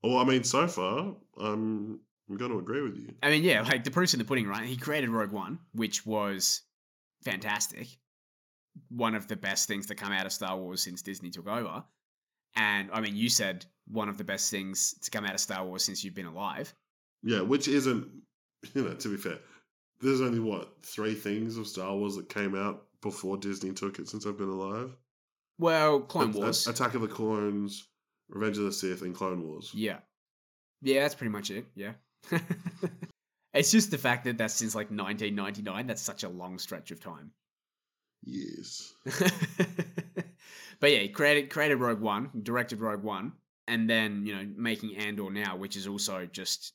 Speaker 2: Well, I mean, so far, I'm I'm going to agree with you.
Speaker 1: I mean, yeah, like the proof's in the pudding, right? He created Rogue One, which was fantastic. One of the best things to come out of Star Wars since Disney took over. And I mean, you said one of the best things to come out of Star Wars since you've been alive.
Speaker 2: Yeah, which isn't, you know, to be fair, there's only what three things of Star Wars that came out before Disney took it since I've been alive.
Speaker 1: Well, Clone
Speaker 2: At-
Speaker 1: Wars.
Speaker 2: At- Attack of the Clones, Revenge of the Sith, and Clone Wars.
Speaker 1: yeah. Yeah, that's pretty much it. Yeah. <laughs> it's just the fact that that's since like 1999. That's such a long stretch of time.
Speaker 2: Yes.
Speaker 1: <laughs> but yeah, he created created Rogue One, directed Rogue One, and then you know making Andor now, which is also just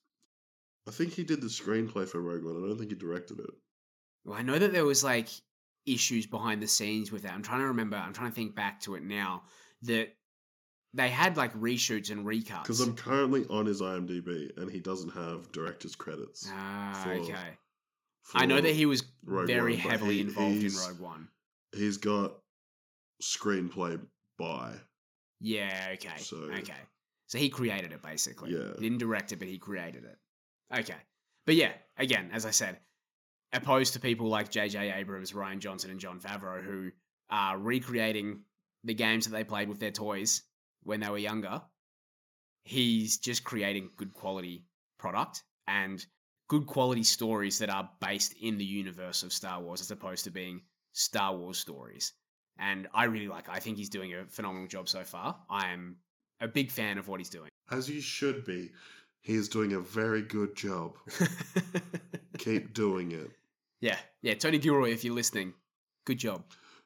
Speaker 2: I think he did the screenplay for Rogue One. I don't think he directed it.
Speaker 1: Well, I know that there was like issues behind the scenes with that. I'm trying to remember. I'm trying to think back to it now that they had like reshoots and recuts.
Speaker 2: Because I'm currently on his IMDb and he doesn't have director's credits.
Speaker 1: ah,
Speaker 2: for-
Speaker 1: okay. I know
Speaker 2: for-
Speaker 1: that he was
Speaker 2: Rogue
Speaker 1: very
Speaker 2: One, but
Speaker 1: heavily
Speaker 2: he-
Speaker 1: involved in
Speaker 2: he's-
Speaker 1: Rogue One.
Speaker 2: He's got screenplay by.
Speaker 1: Yeah, okay.
Speaker 2: So-
Speaker 1: okay. So he created it basically.
Speaker 2: Yeah.
Speaker 1: He didn't direct it, but he created it. Okay. But yeah, again, as I said, opposed to people like J.J. Abrams, Ryan Johnson, and John Favreau, who are recreating the games that they played with their toys when they were younger, he's just creating good quality product and good quality stories that are based in the universe of Star Wars as opposed to being Star Wars stories and I really like. It. I think he's doing a phenomenal job so far. I am a big fan of what he's doing.
Speaker 2: As you should be, he is doing a very good job.
Speaker 1: <laughs>
Speaker 2: Keep doing it.
Speaker 1: yeah, yeah, Tony Gilroy, if you're listening, good job.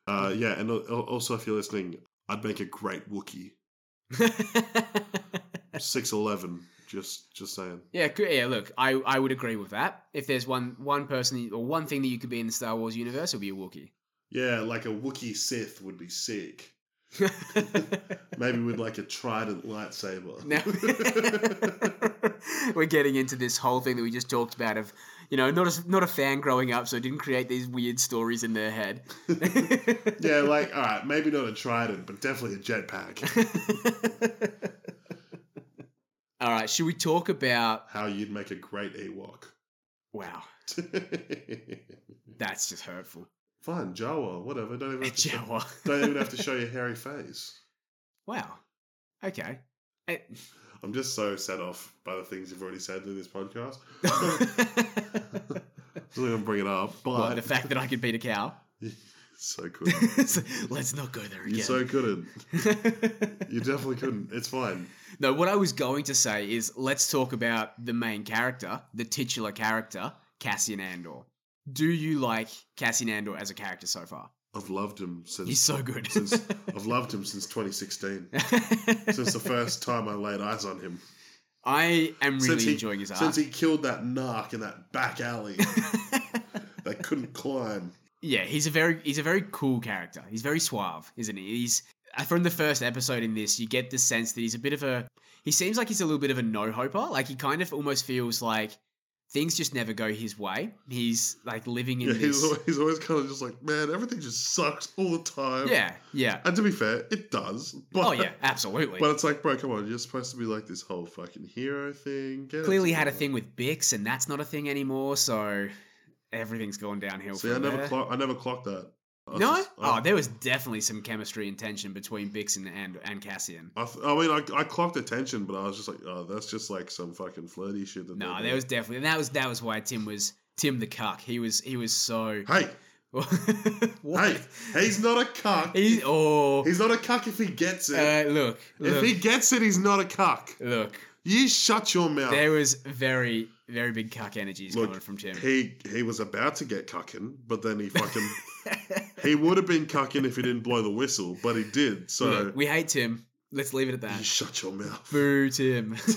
Speaker 2: Uh, yeah, and al- al- also if you're listening, I'd make a great
Speaker 1: <laughs>
Speaker 2: Wookiee. Six eleven. Just, just saying.
Speaker 1: yeah, good- yeah. Look, I, I would agree with that. If there's one one person or one thing that you could be in the Star Wars universe, it'll be a Wookiee.
Speaker 2: Yeah, like a Wookiee Sith would
Speaker 1: <laughs>
Speaker 2: be sick. Maybe with like a trident lightsaber.
Speaker 1: <laughs> Now we're getting into this whole thing that we just talked about of, you know, not a, not a fan growing up, so didn't create these weird stories in their head.
Speaker 2: <laughs>
Speaker 1: <laughs>
Speaker 2: yeah, like all right, maybe not a trident, but definitely a jetpack.
Speaker 1: <laughs> All right, should we talk about?
Speaker 2: How you'd make a great Ewok. <laughs>
Speaker 1: Wow, that's just hurtful.
Speaker 2: Fine, Jawa, whatever. Don't even
Speaker 1: <laughs>
Speaker 2: have to show,
Speaker 1: Jawa.
Speaker 2: don't even have to show your hairy face.
Speaker 1: Wow. Okay. I-
Speaker 2: I'm just so set off by the things you've already said in this podcast. I'm not gonna bring it up,
Speaker 1: <laughs>
Speaker 2: but
Speaker 1: Well, the fact that I could beat a cow. <laughs>
Speaker 2: so good.
Speaker 1: Let's not go there
Speaker 2: You
Speaker 1: again.
Speaker 2: so couldn't. You definitely couldn't. It's fine.
Speaker 1: <laughs> no, what I was going to say is let's talk about the main character, the titular character, Cassian Andor. Do you like Cassian Andor as a character so far?
Speaker 2: I've loved him since
Speaker 1: He's so good.
Speaker 2: since I've loved him since 2016. since the first time I laid eyes on him.
Speaker 1: <laughs> I am really
Speaker 2: since he,
Speaker 1: enjoying his art.
Speaker 2: Since he killed that narc in that
Speaker 1: <laughs>
Speaker 2: back alley that couldn't climb.
Speaker 1: Yeah, he's a very he's a very cool character. He's very suave, isn't he? He's uh, from the first episode in this, you get the sense that he's a bit of a he seems like he's a little bit of a no-hoper. Like he kind of almost feels like things just never go his way. He's like living in
Speaker 2: Yeah,
Speaker 1: this
Speaker 2: he's, always, he's always kind of just like, man, everything just sucks all the time.
Speaker 1: Yeah, yeah.
Speaker 2: And to be fair, it does. But,
Speaker 1: Oh yeah, absolutely.
Speaker 2: But it's like, bro, come on, you're supposed to be like this whole fucking hero thing. Get it
Speaker 1: Clearly had a
Speaker 2: together.
Speaker 1: thing with Bix and that's not a thing anymore, so everything's gone downhill
Speaker 2: See, I
Speaker 1: from
Speaker 2: never,
Speaker 1: there.
Speaker 2: clock, I never clocked that. I
Speaker 1: no?
Speaker 2: just- I-
Speaker 1: oh, there was definitely some chemistry and tension between Bix and and, and Cassian.
Speaker 2: I, th- I mean, I, I clocked attention, but I was just like, oh, that's just like some fucking flirty shit. That
Speaker 1: No,
Speaker 2: they
Speaker 1: there
Speaker 2: do.
Speaker 1: was definitely and that was that was why Tim was Tim the cuck. He was he was so
Speaker 2: Hey,
Speaker 1: <laughs> what?
Speaker 2: hey, he's not a cuck.
Speaker 1: He's oh
Speaker 2: He's not a cuck if he gets it.
Speaker 1: uh, look
Speaker 2: if
Speaker 1: look
Speaker 2: he gets it, he's not a cuck.
Speaker 1: look.
Speaker 2: You shut your mouth.
Speaker 1: There was very very big cuck energies
Speaker 2: Look,
Speaker 1: coming from Tim.
Speaker 2: he he was about to get cucking,
Speaker 1: <laughs>
Speaker 2: but then he fucking he would have been cucking if he didn't blow the whistle, but he did. So
Speaker 1: Look, we hate Tim. Let's leave it at
Speaker 2: you
Speaker 1: that.
Speaker 2: shut your mouth.
Speaker 1: Boo Tim.
Speaker 2: <laughs>
Speaker 1: <laughs>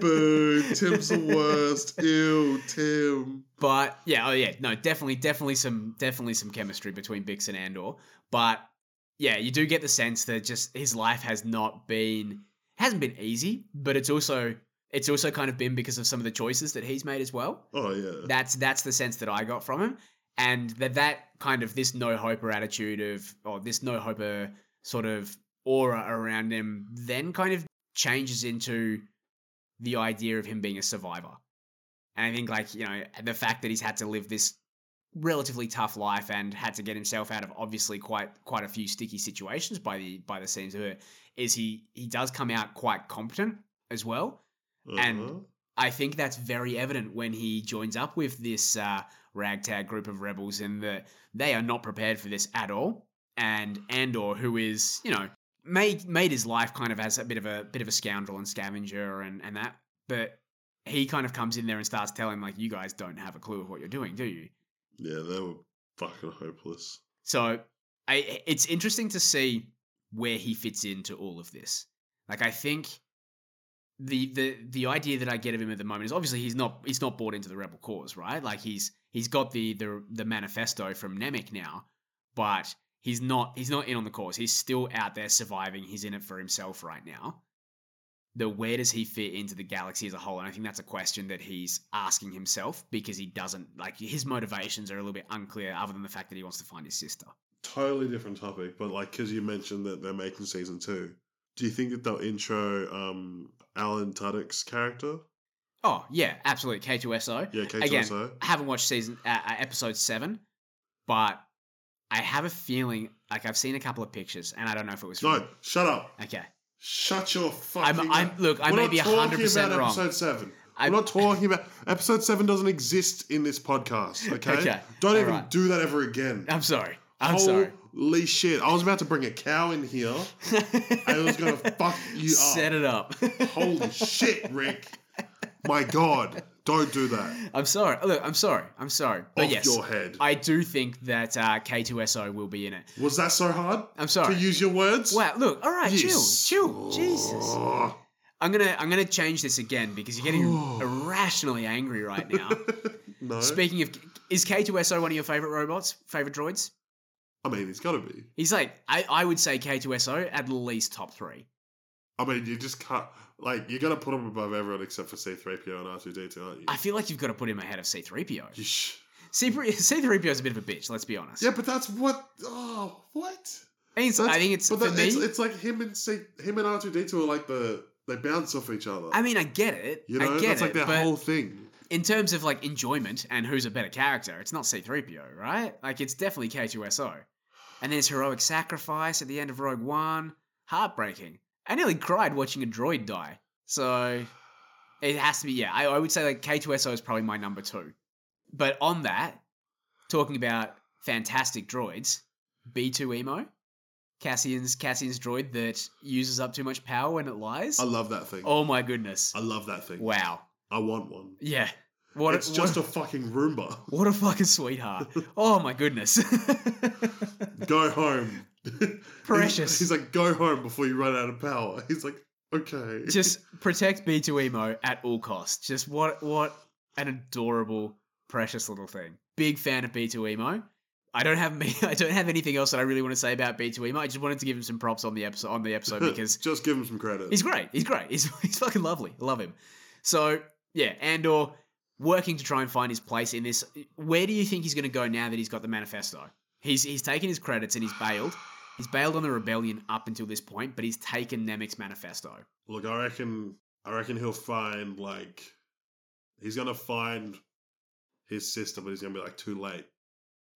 Speaker 2: Boo! Tim's the
Speaker 1: <laughs>
Speaker 2: worst. Ew, Tim.
Speaker 1: But yeah, oh yeah, no, definitely, definitely some, definitely some chemistry between Bix and Andor. But yeah, you do get the sense that just his life has not been, hasn't been easy. But it's also, it's also kind of been because of some of the choices that he's made as well.
Speaker 2: Oh <laughs> yeah.
Speaker 1: That's that's the sense that I got from him, and that that kind of this no hoper attitude of or this no hoper sort of aura around him then kind of changes into the idea of him being a survivor. And I think like you know the fact that he's had to live this relatively tough life and had to get himself out of obviously quite quite a few sticky situations by the by the seams of it is he he does come out quite competent as well and-
Speaker 2: Uh-huh.
Speaker 1: I think that's very evident when he joins up with this uh, ragtag group of rebels, and that they are not prepared for this at all. And Andor, who is you know made made his life kind of as a bit of a bit of a scoundrel and scavenger and and that, but he kind of comes in there and starts telling like, you guys don't have a clue of what you're doing, do you?
Speaker 2: yeah, they were fucking hopeless.
Speaker 1: So I, it's interesting to see where he fits into all of this. Like, I think the the the idea that I get of him at the moment is obviously he's not he's not bought into the rebel cause, right? Like he's he's got the the the manifesto from Nemec now, but he's not he's not in on the cause. He's still out there surviving. He's in it for himself right now. The where does he fit into the galaxy as a whole? And I think that's a question that he's asking himself because he doesn't like his motivations are a little bit unclear, other than the fact that he wants to find his sister.
Speaker 2: Totally different topic, but like because you mentioned that they're making season two, do you think that they'll intro um Alan Tudyk's character?
Speaker 1: Oh yeah, absolutely. K two S O.
Speaker 2: Yeah, K2SO.
Speaker 1: Again, I haven't watched season uh, uh, episode seven, but I have a feeling like I've seen a couple of pictures, and I don't know if it was
Speaker 2: No, shut up.
Speaker 1: Okay,
Speaker 2: Shut your fucking.
Speaker 1: I'm-
Speaker 2: mouth.
Speaker 1: look, I
Speaker 2: We're
Speaker 1: may
Speaker 2: not
Speaker 1: be
Speaker 2: talking
Speaker 1: 100%
Speaker 2: about
Speaker 1: wrong.
Speaker 2: Episode seven.
Speaker 1: I-
Speaker 2: I'm not talking about episode seven. Doesn't exist in
Speaker 1: <laughs>
Speaker 2: this podcast. Okay,
Speaker 1: Okay,
Speaker 2: don't
Speaker 1: all
Speaker 2: even
Speaker 1: right.
Speaker 2: do that ever again.
Speaker 1: I'm sorry. <laughs> I'm sorry.
Speaker 2: Holy shit! I was about to bring a cow in
Speaker 1: <laughs>
Speaker 2: here. I was gonna fuck you
Speaker 1: Set
Speaker 2: up.
Speaker 1: it up. <laughs>
Speaker 2: Holy shit, Rick! My God, don't do that.
Speaker 1: I'm sorry. Look, I'm sorry. I'm sorry. But
Speaker 2: Off
Speaker 1: yes,
Speaker 2: your head.
Speaker 1: I do think that uh, K2SO will be in it.
Speaker 2: Was that so hard?
Speaker 1: I'm sorry.
Speaker 2: To use your words.
Speaker 1: Wow. Look. All right.
Speaker 2: Yes.
Speaker 1: Chill. Chill. Jesus.
Speaker 2: Oh,
Speaker 1: I'm gonna I'm gonna change this again because you're
Speaker 2: <sighs>
Speaker 1: getting irrationally angry right
Speaker 2: <laughs>
Speaker 1: now.
Speaker 2: no.
Speaker 1: Speaking of, is K2SO one of your favorite robots? Favorite droids?
Speaker 2: I mean, it's gotta be.
Speaker 1: He's like, I, I would say K2SO at least top three.
Speaker 2: I mean, you just can't. Like, you gotta put them above everyone except for C3PO and R2D2, aren't you?
Speaker 1: I feel like you've got to put him ahead of C3PO.
Speaker 2: You sh-
Speaker 1: C3- C3PO is a bit of a bitch, let's be honest.
Speaker 2: yeah, but that's what. Oh, what?
Speaker 1: I think it's,
Speaker 2: That's-
Speaker 1: I think it's for
Speaker 2: But that,
Speaker 1: me.
Speaker 2: it's, it's like him and C- him and R2D2 are like the they bounce off each other.
Speaker 1: I mean, I get it.
Speaker 2: you know,
Speaker 1: I get
Speaker 2: that's
Speaker 1: it.
Speaker 2: like their
Speaker 1: but
Speaker 2: whole thing.
Speaker 1: in terms of like enjoyment and who's a better character, it's not C3PO, right? Like it's definitely K2SO. And then his heroic sacrifice at the end of Rogue One, heartbreaking. I nearly cried watching a droid die. So it has to be, yeah, I, I would say like K2SO is probably my number two. But on that, talking about fantastic droids, B2 Emo, Cassian's Cassian's droid that uses up too much power when it lies.
Speaker 2: I love that thing.
Speaker 1: Oh my goodness.
Speaker 2: I love that thing.
Speaker 1: Wow.
Speaker 2: I want one.
Speaker 1: Yeah. What
Speaker 2: it's just a fucking
Speaker 1: <laughs>
Speaker 2: Roomba.
Speaker 1: What a fucking sweetheart. Oh my goodness. <laughs>
Speaker 2: Go home. <laughs>
Speaker 1: Precious.
Speaker 2: He's, he's like, go home before you run out of power. He's like, okay.
Speaker 1: Just protect B2 Emo at all costs. Just what what an adorable, precious little thing. Big fan of B2 Emo. I don't have me <laughs> I don't have anything else that I really want to say about B2 Emo. I just wanted to give him some props on the episode on the
Speaker 2: <laughs>
Speaker 1: episode because
Speaker 2: just give him some credit.
Speaker 1: he's great. He's great. He's <laughs> he's fucking lovely. I love him. So yeah, Andor working to try and find his place in this. Where do you think he's going to go now that he's got the manifesto? He's he's taken his credits and he's bailed. He's bailed on the rebellion up until this point, but he's taken Nemec's manifesto.
Speaker 2: Look, I reckon I reckon he'll find like he's gonna find his sister, but he's gonna be like too late.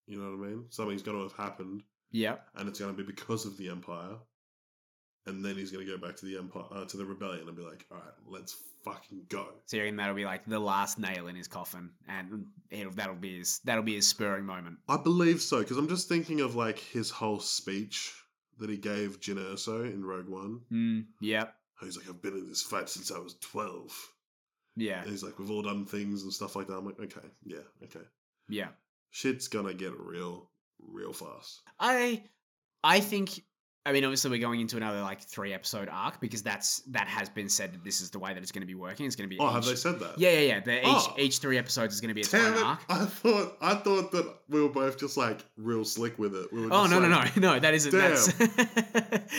Speaker 2: You know what I mean? Something's gonna have happened,
Speaker 1: Yep.
Speaker 2: and it's gonna be because of the Empire. And then he's gonna go back to the Empire uh, to the rebellion and be like, "All right, let's fucking go."
Speaker 1: So you reckon that'll be like the last nail in his coffin, and it'll, that'll be his that'll be his spurring moment.
Speaker 2: I believe so because I'm just thinking of like his whole speech that he gave Jyn Erso in Rogue One.
Speaker 1: Mm, yep.
Speaker 2: He's like, "I've been in this fight since I was 12.
Speaker 1: Yeah.
Speaker 2: And he's like, "We've all done things and stuff like that." I'm like, "Okay, yeah, okay."
Speaker 1: Yeah.
Speaker 2: shit's gonna get real, real fast.
Speaker 1: I I think I mean obviously we're going into another like three episode arc because that's that has been said that this is the way that it's going to be working. It's going to be
Speaker 2: Oh, have
Speaker 1: each-
Speaker 2: they said that?
Speaker 1: Yeah, yeah, yeah. The,
Speaker 2: Oh.
Speaker 1: each each three episodes is going to be its
Speaker 2: <laughs> Damn
Speaker 1: own
Speaker 2: it!
Speaker 1: arc.
Speaker 2: I thought I thought that we were both just like real slick with it. We were
Speaker 1: Oh
Speaker 2: just
Speaker 1: no, no, no, <laughs>
Speaker 2: like,
Speaker 1: no! That isn't.
Speaker 2: Damn.
Speaker 1: That's... <laughs>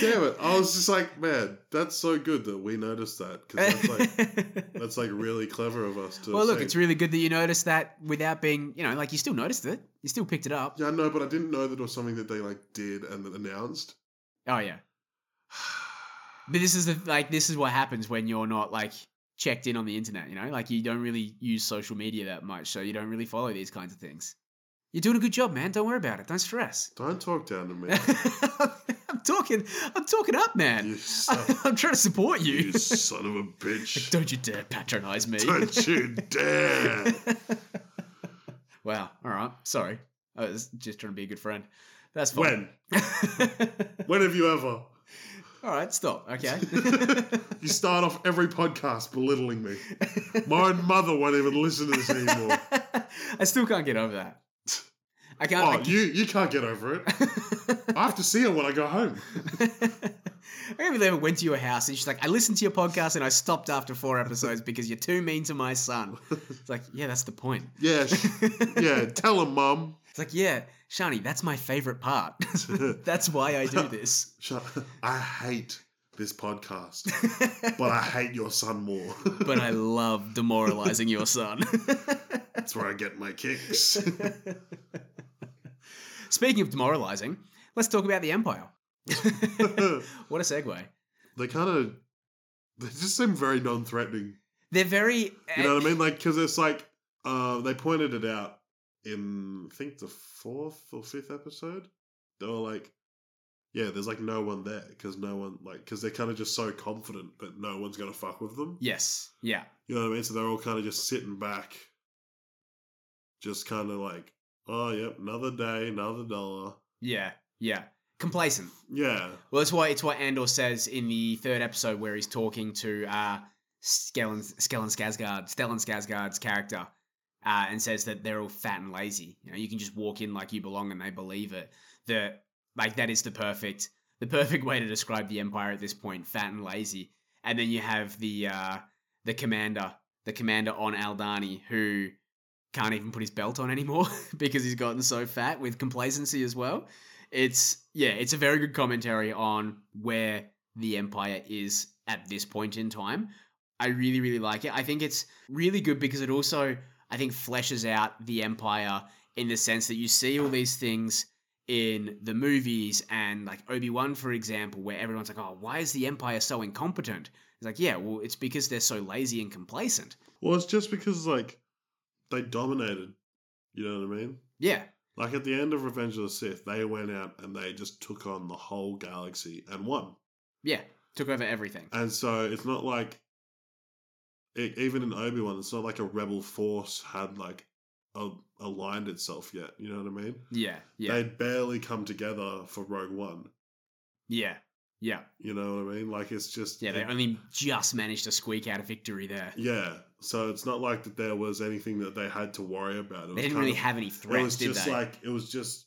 Speaker 2: Damn it! I was just like, man, that's so good that we noticed that because that's
Speaker 1: <laughs>
Speaker 2: like that's like really clever of us to.
Speaker 1: well, look,
Speaker 2: say.
Speaker 1: it's really good that you noticed that without being, you know, like you still noticed it. You still picked it up.
Speaker 2: Yeah, I know, but I didn't know that it was something that they like did and then announced.
Speaker 1: Oh yeah. <sighs> But this is the like this is what happens when you're not like checked in on the internet. You know, like you don't really use social media that much, so you don't really follow these kinds of things. You're doing a good job, man. Don't worry about it. Don't stress. <laughs>
Speaker 2: Don't talk down to me.
Speaker 1: I'm talking. I'm talking up, man.
Speaker 2: you, son,
Speaker 1: <laughs> I'm trying to support you.
Speaker 2: you son of a
Speaker 1: <laughs>
Speaker 2: bitch!
Speaker 1: Don't you dare patronize me.
Speaker 2: Don't you dare!
Speaker 1: wow. All right. Sorry. I was just trying to be a good friend. That's fine.
Speaker 2: when?
Speaker 1: <laughs>
Speaker 2: When have you ever?
Speaker 1: All right. Stop.
Speaker 2: <laughs>
Speaker 1: Okay. <laughs>
Speaker 2: You start off every podcast belittling me. My own mother won't even listen to this anymore.
Speaker 1: I still can't get over that. I can't. I
Speaker 2: Oh, you you can't get over it. I have to see her when I go home.
Speaker 1: can't- I can't believe I went to your house and she's like, I listened to your podcast and I stopped after four episodes because you're too mean to my son. It's like, yeah, that's the point.
Speaker 2: Yeah, sh- yeah. Tell him, mum.
Speaker 1: It's like, yeah, Shani, that's my favorite part. <laughs> that's why I do this.
Speaker 2: Shut. I hate this podcast, but I hate your son more. <laughs>
Speaker 1: But I love demoralizing your son. <laughs>
Speaker 2: That's where I get my kicks.
Speaker 1: Speaking of demoralizing, let's talk about the Empire. <laughs>
Speaker 2: they
Speaker 1: What a segue.
Speaker 2: kind of. They just seem very non-threatening.
Speaker 1: They're very.
Speaker 2: You know what I mean? Like, because it's like uh, they pointed it out in I think the fourth or fifth episode. They were like, "Yeah, there's like no one there because no one like because they're kind of just so confident that no one's gonna fuck with them."
Speaker 1: Yes. Yeah.
Speaker 2: You know what I mean? So they're all kind of just sitting back, just kind of like, "Oh, yep, another day, another dollar."
Speaker 1: Yeah. Yeah. Complacent.
Speaker 2: Yeah,
Speaker 1: Well, that's why it's what Andor says in the third episode where he's talking to uh, Skellen, Skellen Skarsgård, Stellan Skarsgård's character, uh, and says that they're all fat and lazy. You know, you can just walk in like you belong, and they believe it. The like that is the perfect, the perfect way to describe the Empire at this point: fat and lazy. And then you have the uh, the commander, the commander on Aldani, who can't even put his belt on anymore <laughs> because he's gotten so fat with complacency as well it's yeah, it's a very good commentary on where the empire is at this point in time. I really really like it. I think it's really good because it also I think fleshes out the empire in the sense that you see all these things in the movies and like Obi-Wan for example where everyone's like, "Oh, why is the empire so incompetent?" It's like, "Yeah, well, it's because they're so lazy and complacent."
Speaker 2: well, it's just because like they dominated. You know what I mean?
Speaker 1: Yeah.
Speaker 2: Like at the end of Revenge of the Sith, they went out and they just took on the whole galaxy and won.
Speaker 1: Yeah. Took over everything.
Speaker 2: And so it's not like, e- even in Obi Wan, it's not like a rebel force had like a, aligned itself yet. You know what I mean?
Speaker 1: Yeah. Yeah.
Speaker 2: They'd barely come together for Rogue One.
Speaker 1: yeah. Yeah.
Speaker 2: You know what I mean? Like it's just
Speaker 1: Yeah, they only just managed to squeak out a victory there.
Speaker 2: yeah. So it's not like that there was anything that they had to worry about. It was
Speaker 1: They didn't
Speaker 2: kind
Speaker 1: really
Speaker 2: of-
Speaker 1: have any
Speaker 2: it
Speaker 1: threats,
Speaker 2: was
Speaker 1: did
Speaker 2: just
Speaker 1: they?
Speaker 2: like it was just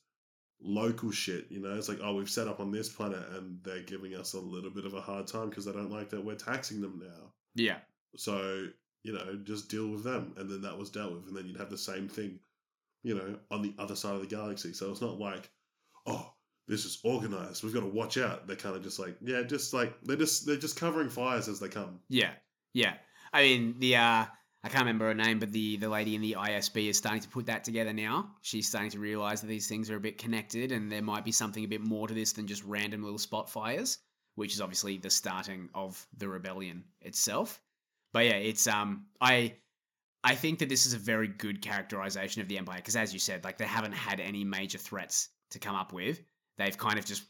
Speaker 2: local shit you know it's like oh we've set up on this planet and they're giving us a little bit of a hard time because they don't like that we're taxing them now
Speaker 1: yeah,
Speaker 2: so you know just deal with them and then that was dealt with and then you'd have the same thing you know on the other side of the galaxy so it's not like oh this is organized we've got to watch out they're kind of just like yeah just like they're just they're just covering fires as they come
Speaker 1: yeah, yeah. I mean, the uh, I can't remember her name, but the the lady in the ISB is starting to put that together now. She's starting to realize that these things are a bit connected, and there might be something a bit more to this than just random little spot fires, which is obviously the starting of the rebellion itself. But yeah, it's um, I I think that this is a very good characterization of the empire because, as you said, like they haven't had any major threats to come up with. They've kind of just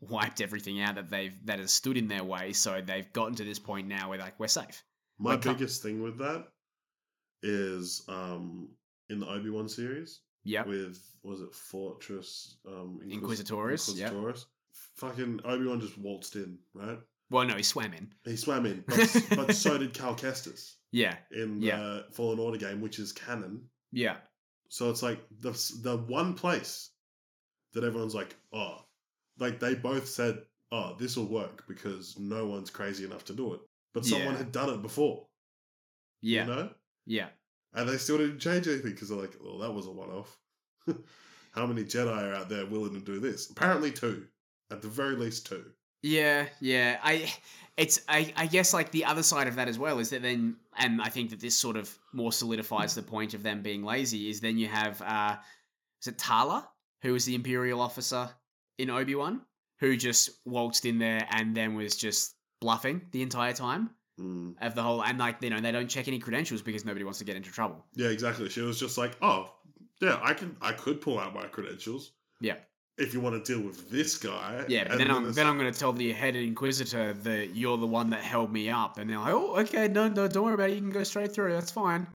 Speaker 1: wiped everything out that they've that has stood in their way. So they've gotten to this point now where like we're safe.
Speaker 2: My
Speaker 1: Like, uh,
Speaker 2: biggest thing with that is um, in the Obi Wan series
Speaker 1: Yep.
Speaker 2: with was it Fortress um, Inquis-
Speaker 1: Inquisitores, yep.
Speaker 2: Inquisitores. Fucking Obi Wan just waltzed in, right?
Speaker 1: Well, no, he swam in.
Speaker 2: He swam in, but, but so did Cal Kestis
Speaker 1: Yeah.
Speaker 2: in
Speaker 1: Yeah.
Speaker 2: the Fallen Order game, which is canon.
Speaker 1: Yeah.
Speaker 2: So it's like the the one place that everyone's like, oh, like they both said, oh, this will work because no one's crazy enough to do it, but someone
Speaker 1: Yeah.
Speaker 2: had done it before,
Speaker 1: Yeah.
Speaker 2: you know.
Speaker 1: Yeah.
Speaker 2: And they still didn't change anything because they're like, well, that was a one off. <laughs> How many Jedi are out there willing to do this? Apparently, two. At the very least, two.
Speaker 1: Yeah, yeah. I it's I, I guess like the other side of that as well is that then and I think that this sort of more solidifies the point of them being lazy is then you have uh is it Tala, who was the Imperial officer in Obi Wan, who just waltzed in there and then was just bluffing the entire time
Speaker 2: Mm.
Speaker 1: of the whole and like you know, they don't check any credentials because nobody wants to get into trouble.
Speaker 2: Yeah, exactly. She was just like, oh, yeah, I can, I could pull out my credentials.
Speaker 1: Yeah.
Speaker 2: If you want to deal with this guy.
Speaker 1: Yeah, but
Speaker 2: and
Speaker 1: then I'm
Speaker 2: it's-
Speaker 1: then I'm going to tell the head inquisitor that you're the one that held me up, and they're like, "Oh, okay, no, no, don't worry about it. You can go straight through. That's fine."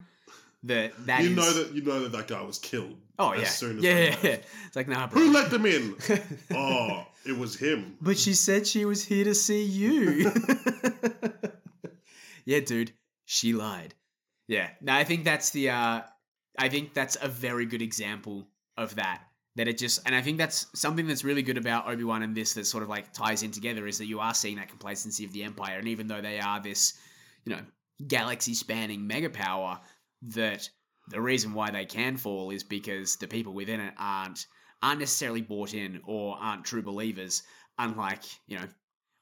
Speaker 1: That that
Speaker 2: you
Speaker 1: is-
Speaker 2: know that you know that that guy was killed.
Speaker 1: Oh yeah, yeah,
Speaker 2: they
Speaker 1: yeah, yeah.
Speaker 2: left.
Speaker 1: It's like nah,
Speaker 2: Who
Speaker 1: bro.
Speaker 2: let
Speaker 1: <laughs>
Speaker 2: them in? oh, it was him.
Speaker 1: but she said she was here to see you. <laughs> yeah, dude, she lied. Yeah, no, I think that's the. Uh, I think that's a very good example of that. that it just and I think that's something that's really good about Obi Wan and this that sort of like ties in together is that you are seeing that complacency of the Empire, and even though they are this, you know, galaxy spanning mega power, that the reason why they can fall is because the people within it aren't aren't necessarily bought in or aren't true believers, unlike you know,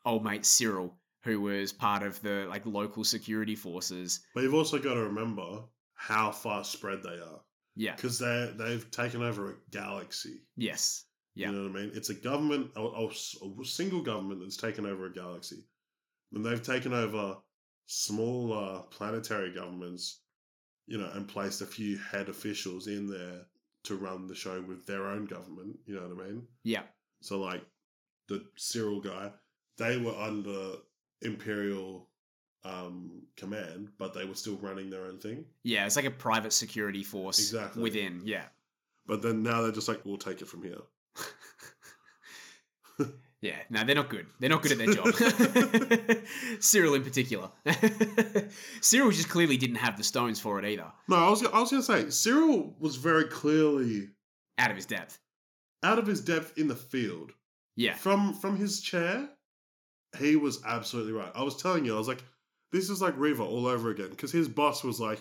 Speaker 1: old mate Cyril who was part of the like local security forces.
Speaker 2: But you've also got to remember how far spread they are
Speaker 1: Yeah.
Speaker 2: because they they've taken over a galaxy.
Speaker 1: Yes. Yeah.
Speaker 2: You know what I mean? It's a government, a, a s- a single government that's taken over a galaxy. And they've taken over smaller planetary governments, you know, and placed a few head officials in there to run the show with their own government. You know what I mean?
Speaker 1: Yeah.
Speaker 2: So, like the Cyril guy, they were under Imperial um, command, but they were still running their own thing.
Speaker 1: Yeah. It's like a private security force
Speaker 2: Exactly.
Speaker 1: within. Yeah.
Speaker 2: But then now they're just like, we'll take it from here.
Speaker 1: Yeah, no, they're not good. They're not good at their
Speaker 2: <laughs>
Speaker 1: job. <laughs> Cyril in particular. <laughs> Cyril just clearly didn't have the stones for it either.
Speaker 2: No, I was, I was going to say, Cyril was very clearly
Speaker 1: Out of his depth.
Speaker 2: out of his depth in the field.
Speaker 1: Yeah.
Speaker 2: From from his chair, he was absolutely right. I was telling you, I was like, this is like Reva all over again because his boss was like,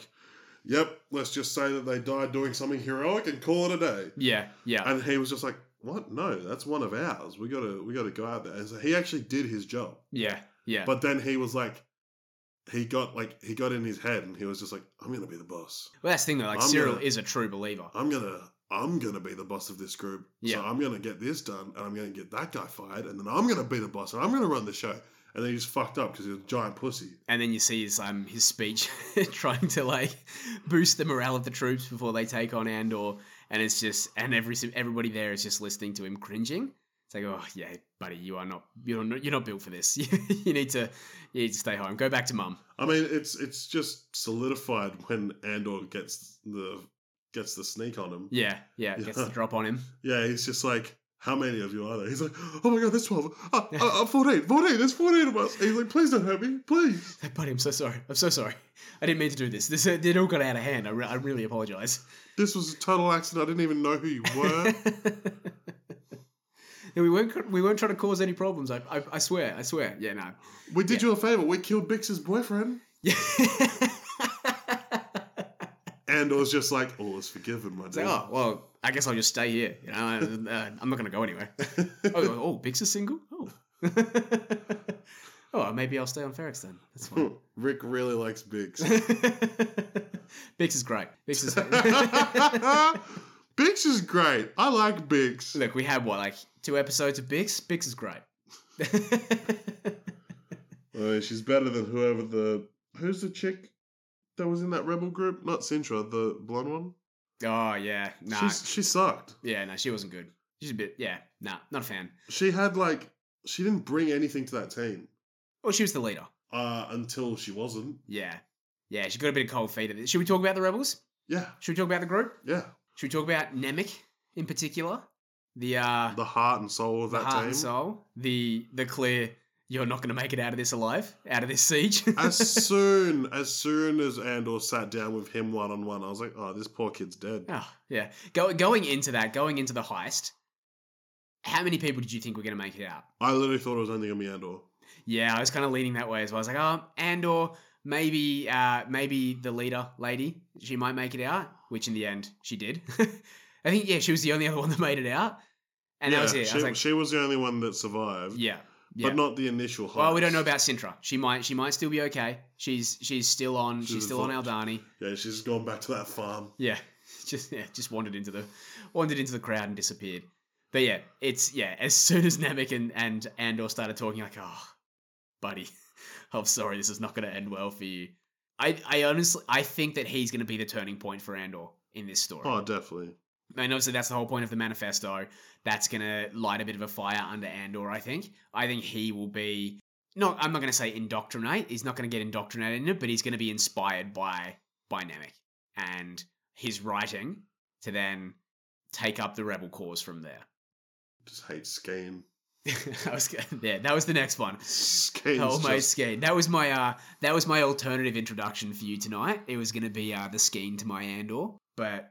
Speaker 2: "Yep, let's just say that they died doing something heroic and call it a day."
Speaker 1: Yeah. Yeah.
Speaker 2: And he was just like, "What? No, that's one of ours. We gotta we gotta go out there." And so he actually did his job,
Speaker 1: yeah. Yeah.
Speaker 2: but then he was like. He got like he got in his head, and he was just like, "I'm gonna be the boss.
Speaker 1: well, that's the thing though, like
Speaker 2: I'm
Speaker 1: Cyril
Speaker 2: gonna-
Speaker 1: is a true believer.
Speaker 2: I'm gonna I'm gonna be the boss of this group.
Speaker 1: Yeah.
Speaker 2: So I'm gonna get this done, and I'm gonna get that guy fired, and then I'm gonna be the boss, and I'm gonna run the show. And then he just fucked up because he was a giant pussy.
Speaker 1: And then you see his um his speech <laughs> trying to like boost the morale of the troops before they take on Andor, and it's just and every everybody there is just listening to him cringing. It's like, oh yeah, buddy, you are not you're not you're not built for this. <laughs> you need to you need to stay home. Go back to mum.
Speaker 2: I mean, it's it's just solidified when Andor gets the gets the sneak on him.
Speaker 1: Yeah, yeah, gets the
Speaker 2: Yeah.
Speaker 1: drop on him. <laughs>
Speaker 2: Yeah, he's just like, how many of you are there? He's like, oh my god, there's twelve. Uh, uh, uh, fourteen, fourteen. There's fourteen of us. And he's like, please don't hurt me, please.
Speaker 1: Like, buddy, I'm so sorry. I'm so sorry. I didn't mean to do this. This uh, it all got out of hand. I, re- I really apologize.
Speaker 2: This was a total accident. I didn't even know who
Speaker 1: <laughs>
Speaker 2: you were.
Speaker 1: yeah, we weren't cr- we weren't trying to cause any problems. I I, I swear. I swear. Yeah, no.
Speaker 2: we did you a favor. We killed Bix's
Speaker 1: <laughs>
Speaker 2: boyfriend.
Speaker 1: Yeah.
Speaker 2: Andor's just like, all is forgiven, my
Speaker 1: It's like,
Speaker 2: dude.
Speaker 1: oh well, I guess I'll just stay here. You know, I, uh, I'm not going to go anywhere. oh, oh, Big's a single. Oh. <laughs> oh, maybe I'll stay on Ferrex then. That's
Speaker 2: Hmm.
Speaker 1: fine.
Speaker 2: Rick really likes Bix.
Speaker 1: <laughs> Bix is great. Bix is.
Speaker 2: <laughs>
Speaker 1: <laughs>
Speaker 2: Bix is great. I like Bix.
Speaker 1: Look, we had what like two episodes of Bix. Bix is great. <laughs>
Speaker 2: Uh, she's better than whoever the who's the chick that was in that rebel group? Not Sintra, the blonde one.
Speaker 1: oh yeah, nah,
Speaker 2: She's, she sucked.
Speaker 1: yeah, no, she wasn't good. She's a bit, yeah, nah, not a fan.
Speaker 2: She had like she didn't bring anything to that team
Speaker 1: Well, she was the leader.
Speaker 2: uh, until she wasn't.
Speaker 1: Yeah, yeah, she got a bit of cold feet. At it. Should we talk about the rebels?
Speaker 2: Yeah,
Speaker 1: Should we talk about the group?
Speaker 2: yeah.
Speaker 1: Should we talk about Nemec in particular? The uh,
Speaker 2: The heart and soul of
Speaker 1: the
Speaker 2: that
Speaker 1: heart
Speaker 2: team.
Speaker 1: and soul, the the clear. You're not going to make it out of this alive, out of this siege.
Speaker 2: <laughs> as soon as soon as Andor sat down with him one on one, I was like, oh, this poor kid's dead.
Speaker 1: <laughs> Oh, yeah. Go, going into that, going into the heist, how many people did you think were going to make it out?
Speaker 2: I literally thought it was only gonna be Andor.
Speaker 1: Yeah, I was kind of leaning that way as well. I was like, oh, Andor, maybe, uh, maybe the leader lady, she might make it out, which in the end she did. <laughs> I think yeah, she was the only other one that made it out, and that was it.
Speaker 2: She,
Speaker 1: I was like,
Speaker 2: she was the only one that survived.
Speaker 1: yeah, yeah.
Speaker 2: But not the initial heist.
Speaker 1: well, we don't know about Sintra. She might, she might still be okay. She's she's still on. She's,
Speaker 2: She's
Speaker 1: still on
Speaker 2: involved.
Speaker 1: Aldani.
Speaker 2: Yeah, she's gone back to that farm.
Speaker 1: Yeah, <laughs> just yeah, just wandered into the wandered into the crowd and disappeared. But yeah, it's yeah. As <laughs> soon as Namek and and Andor started talking, like, oh, buddy, <laughs> I'm sorry, this is not going to end well for you. I I honestly I think that he's going to be the turning point for Andor in this story.
Speaker 2: Oh, definitely.
Speaker 1: And obviously, that's the whole point of the manifesto. That's going to light a bit of a fire under Andor, I think. I think he will be. No, I'm not going to say indoctrinate. He's not going to get indoctrinated in it, but he's going to be inspired by by Namek and his writing to then take up the rebel cause from there. <laughs>
Speaker 2: Just hate Skane.
Speaker 1: I was, gonna- yeah, that was the next one.
Speaker 2: Skane's
Speaker 1: Oh my
Speaker 2: just-
Speaker 1: skein. That was my uh that was my alternative introduction for you tonight. It was gonna be uh the skein to my Andor, but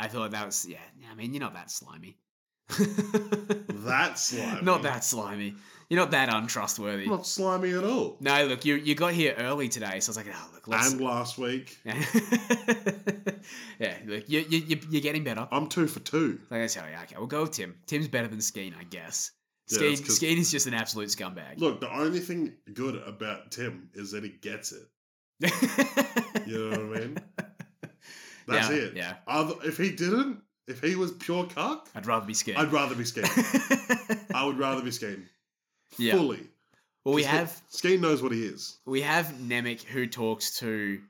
Speaker 1: I thought that was yeah, I mean you're not that slimy. <laughs>
Speaker 2: That slimy.
Speaker 1: Not that slimy. You're not that untrustworthy.
Speaker 2: Not slimy at all.
Speaker 1: No, look, you you got here early today, so I was like, oh, look, let's.
Speaker 2: And last week,
Speaker 1: <laughs> yeah, look, you, you, you, you're getting better.
Speaker 2: I'm two for two.
Speaker 1: Like I said, yeah, okay, we'll go with Tim. Tim's better than Skeen, I guess.
Speaker 2: Yeah,
Speaker 1: Skeen,
Speaker 2: that's 'cause-
Speaker 1: Skeen is just an absolute scumbag.
Speaker 2: Look, the only thing good about Tim is that he gets it. You know what I mean? That's
Speaker 1: Yeah,
Speaker 2: it.
Speaker 1: yeah.
Speaker 2: Other, if he didn't, if he was pure cuck,
Speaker 1: <laughs> I'd rather be Skeen.
Speaker 2: I'd rather
Speaker 1: <laughs>
Speaker 2: be skating. I would rather be skating
Speaker 1: yeah.
Speaker 2: fully.
Speaker 1: Well, we
Speaker 2: Ske-
Speaker 1: have
Speaker 2: Skeen knows what he is.
Speaker 1: we have Nemec who talks to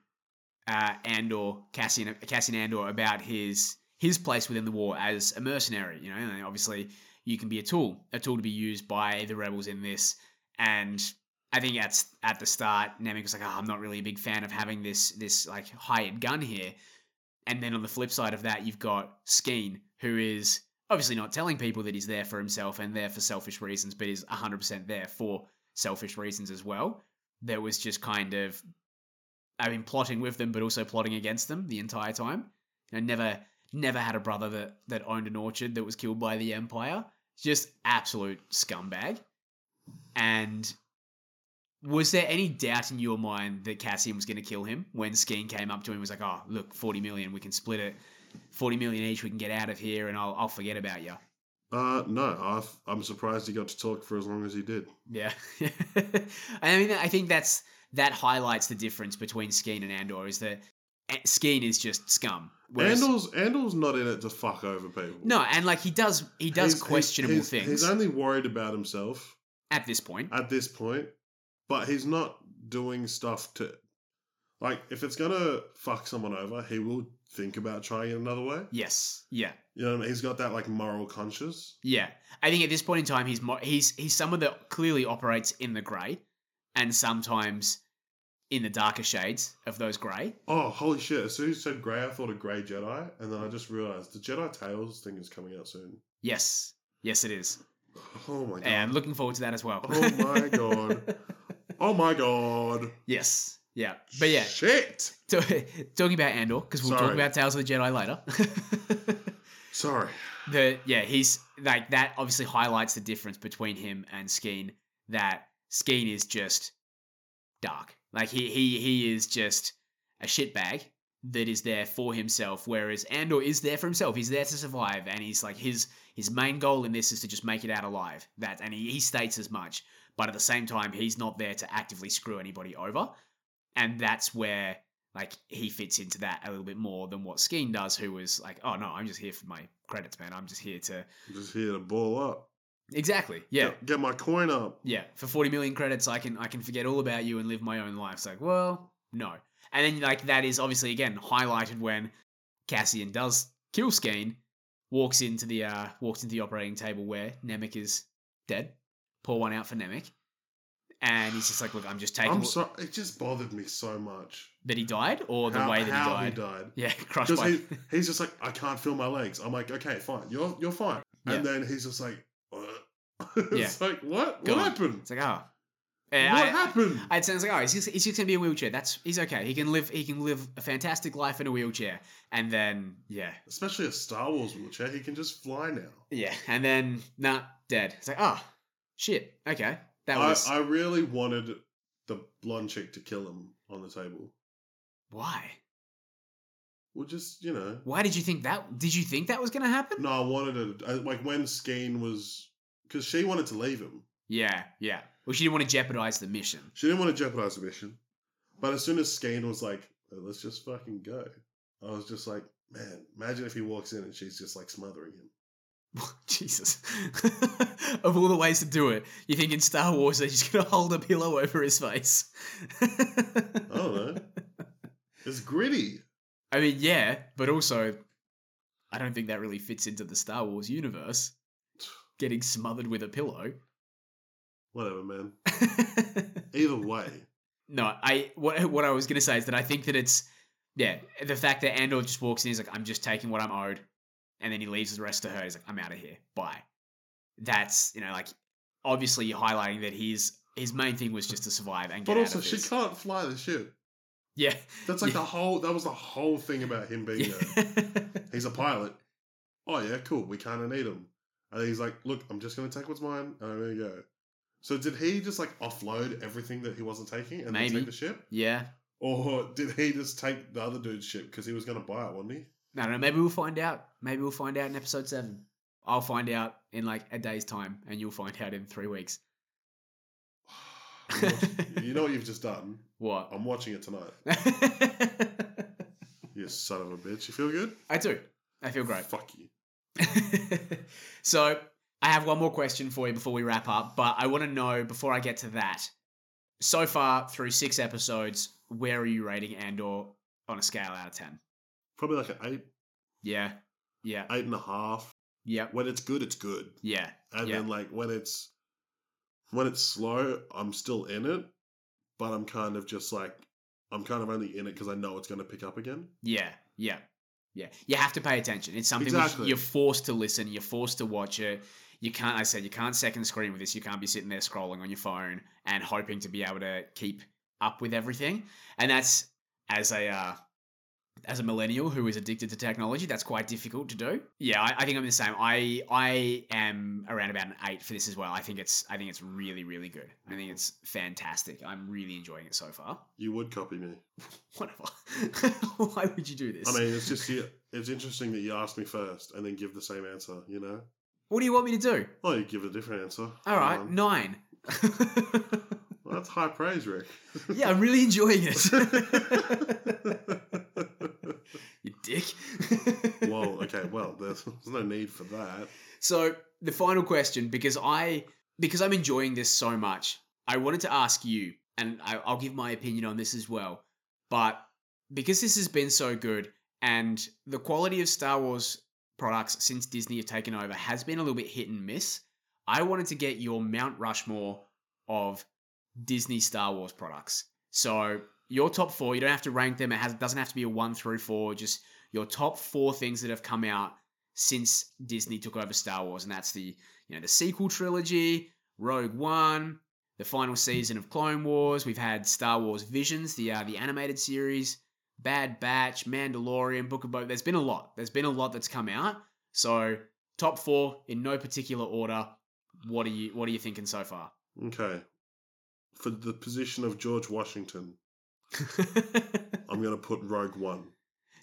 Speaker 1: uh, Andor Cassian Cassian Andor about his his place within the war as a mercenary. You know, and obviously you can be a tool, a tool to be used by the rebels in this. And I think at at the start, Nemec was like, oh, "I'm not really a big fan of having this this like hired gun here." And then on the flip side of that, you've got Skeen, who is obviously not telling people that he's there for himself and there for selfish reasons, but is 100% there for selfish reasons as well. That was just kind of, I mean, plotting with them, but also plotting against them the entire time. You know, never, never had a brother that, that owned an orchard that was killed by the Empire. Just absolute scumbag. And was there any doubt in your mind that Cassian was going to kill him when Skeen came up to him and was like, oh, look, 40 million, we can split it. 40 million each, we can get out of here and I'll, I'll forget about you.
Speaker 2: Uh, no, i I'm surprised he got to talk for as long as he did.
Speaker 1: Yeah. <laughs> I mean, I think that's that highlights the difference between Skeen and Andor is that A- Skeen is just scum. Whereas,
Speaker 2: Andor's, Andor's not in it to fuck over people.
Speaker 1: no, and like he does, he does
Speaker 2: He's- he's-
Speaker 1: questionable
Speaker 2: he's-
Speaker 1: things
Speaker 2: He's only worried about himself
Speaker 1: at this point.
Speaker 2: at this point, but he's not doing stuff to. Like, if it's gonna fuck someone over, he will think about trying it another way.
Speaker 1: yes. Yeah.
Speaker 2: You know what I mean? He's got that, like, moral conscience.
Speaker 1: Yeah, I think at this point in time, he's mo- he's he's someone that clearly operates in the grey, and sometimes in the darker shades of those grey.
Speaker 2: Oh, holy shit. As soon as you said Grey, I thought of Grey Jedi, and then I just realized the Jedi Tales thing is coming out soon.
Speaker 1: Yes, yes, it is,
Speaker 2: Oh my god.
Speaker 1: and I'm looking forward to that as well. <laughs>
Speaker 2: Oh my god. Oh my god.
Speaker 1: yes, yeah, but <laughs> yeah,
Speaker 2: Shit.
Speaker 1: <laughs> t- talking about Andor because we'll talk
Speaker 2: Sorry.
Speaker 1: about Tales of the Jedi later. <laughs>
Speaker 2: Sorry.
Speaker 1: the yeah, he's like that. Obviously, highlights the difference between him and Skeen. That Skeen is just dark. Like he he he is just a shitbag that is there for himself, whereas Andor is there for himself. He's there to survive, and he's like his his main goal in this is to just make it out alive. That and he, he states as much. But at the same time, he's not there to actively screw anybody over, and that's where like he fits into that a little bit more than what Skeen does, who was like, oh no, I'm just here for my credits, man. I'm just here to
Speaker 2: I'm just here to ball up.
Speaker 1: exactly, yeah,
Speaker 2: Get, get my coin up.
Speaker 1: yeah, for 40 million credits, I can I can forget all about you and live my own life. It's like, well, no. And then like that is obviously again highlighted when Cassian does kill Skeen, walks into the uh walks into the operating table where Nemec is dead. Pour one out for Nemec. And he's just like, look, I'm just taking
Speaker 2: I'm sorry. It just bothered me so much.
Speaker 1: that he died or the
Speaker 2: how,
Speaker 1: way that
Speaker 2: how
Speaker 1: he died. Yeah, <laughs> crushed
Speaker 2: Because
Speaker 1: by
Speaker 2: he, he's just like, I can't feel my legs. I'm like, okay, fine. You're you're fine. And then he's just like, "What?" <laughs> it's like, what?
Speaker 1: Gone.
Speaker 2: What happened?
Speaker 1: It's like, oh.
Speaker 2: What
Speaker 1: And I-
Speaker 2: happened?
Speaker 1: I'd say, it's like, oh, he's just, he's just gonna be in a wheelchair. That's he's okay. He can live. He can live a fantastic life in a wheelchair. And then, yeah,
Speaker 2: Especially a Star Wars wheelchair. He can just fly now.
Speaker 1: yeah, and then, nah, dead. It's like, oh, shit. Okay, that
Speaker 2: I,
Speaker 1: was
Speaker 2: I really wanted the blonde chick to kill him on the table.
Speaker 1: why.
Speaker 2: Well, just, you know.
Speaker 1: Why did you think that? Did you think that was gonna happen?
Speaker 2: No, I wanted to. I, like when Skeen was. Because she wanted to leave him.
Speaker 1: Yeah, yeah. Well, she didn't want to jeopardize the mission. <laughs>
Speaker 2: She didn't want to jeopardize the mission. But as soon as Skeen was like, "Oh, let's just fucking go, I was just like, man, imagine if he walks in and she's just like smothering him.
Speaker 1: Jesus. <laughs> of all the ways to do it, you think in Star Wars they're just gonna hold a pillow over his face? <laughs>
Speaker 2: I don't know. it's gritty.
Speaker 1: I mean, yeah, but also, I don't think that really fits into the Star Wars universe. Getting smothered with a pillow. <laughs>
Speaker 2: Whatever, man. Either way.
Speaker 1: <laughs> no, I what what I was gonna say is that I think that it's yeah the fact that Andor just walks in, he's like, I'm just taking what I'm owed, and then he leaves the rest to her. He's like, I'm out of here, bye. That's you know like obviously you're highlighting that his his main thing was just to survive and get
Speaker 2: But
Speaker 1: out
Speaker 2: also,
Speaker 1: of
Speaker 2: she
Speaker 1: this.
Speaker 2: can't fly the ship. <laughs>
Speaker 1: Yeah, <laughs>
Speaker 2: That's like the whole. That was the whole thing about him being there.
Speaker 1: yeah.
Speaker 2: He's a pilot. Oh yeah, cool. We kind of need him. And he's like, look, I'm just going to take what's mine and I'm going to go. So did he just like offload everything that he wasn't taking and
Speaker 1: Maybe.
Speaker 2: then take the ship?
Speaker 1: <laughs> Yeah.
Speaker 2: Or did he just take the other dude's ship because he was going to buy it, wasn't he?
Speaker 1: I don't know. Maybe we'll find out. Maybe we'll find out in episode seven. I'll find out in like a day's time, and you'll find out in three weeks.
Speaker 2: I'm watching- you know what you've just done?
Speaker 1: What? <laughs>
Speaker 2: I'm watching it tonight.
Speaker 1: I
Speaker 2: You son of a bitch. You feel good?
Speaker 1: do. I feel great. <laughs>
Speaker 2: Fuck you.
Speaker 1: so I have one more question for you before we wrap up, but I want to know before I get to that. So far through six episodes, where are you rating Andor on a scale out of ten?
Speaker 2: Probably like an eight,
Speaker 1: Yeah. Yeah.
Speaker 2: eight and a half.
Speaker 1: Yep.
Speaker 2: When it's good, it's good.
Speaker 1: Yeah.
Speaker 2: And
Speaker 1: Yeah.
Speaker 2: then like when it's when it's slow, I'm still in it, but I'm kind of just like I'm kind of only in it because I know it's going to pick up again.
Speaker 1: Yeah, yeah, yeah. You have to pay attention. It's something
Speaker 2: Exactly.
Speaker 1: which you're forced to listen. You're forced to watch it. You can't. I said you can't second screen with this. You can't be sitting there scrolling on your phone and hoping to be able to keep up with everything. And that's as a uh, as a millennial who is addicted to technology, that's quite difficult to do. Yeah, I, I think I'm the same. I I am around about an eight for this as well. I think it's I think it's really really good. I think it's fantastic. I'm really enjoying it so far. <laughs>
Speaker 2: You would copy me.
Speaker 1: Whatever. <laughs> Why would you do this? <laughs>
Speaker 2: I mean, it's just yeah, it's interesting that you asked me first and then give the same answer. You know,
Speaker 1: What do you want me to do?
Speaker 2: oh, you give a different answer.
Speaker 1: All right,
Speaker 2: Um,
Speaker 1: nine. <laughs>
Speaker 2: well, that's high praise, Rick.
Speaker 1: yeah, I'm really enjoying
Speaker 2: <laughs>
Speaker 1: it. you dick. <laughs>
Speaker 2: <laughs> well, okay, well, there's, there's no need for that.
Speaker 1: So the final question, because I because I'm enjoying this so much, I wanted to ask you, and I, I'll give my opinion on this as well. But because this has been so good, and the quality of Star Wars products since Disney have taken over has been a little bit hit and miss, I wanted to get your Mount Rushmore of Disney Star Wars products. So your top four, you don't have to rank them. It has, doesn't have to be a one through four. Just your top four things that have come out since Disney took over Star Wars, and that's the you know the sequel trilogy, Rogue One, the final season of Clone Wars. We've had Star Wars Visions, the uh, the animated series, Bad Batch, Mandalorian, Book of Boba. There's been a lot. There's been a lot that's come out. So top four in no particular order. What are you What are you thinking so far? <laughs>
Speaker 2: Okay, for the position of George Washington, I'm going to put Rogue One.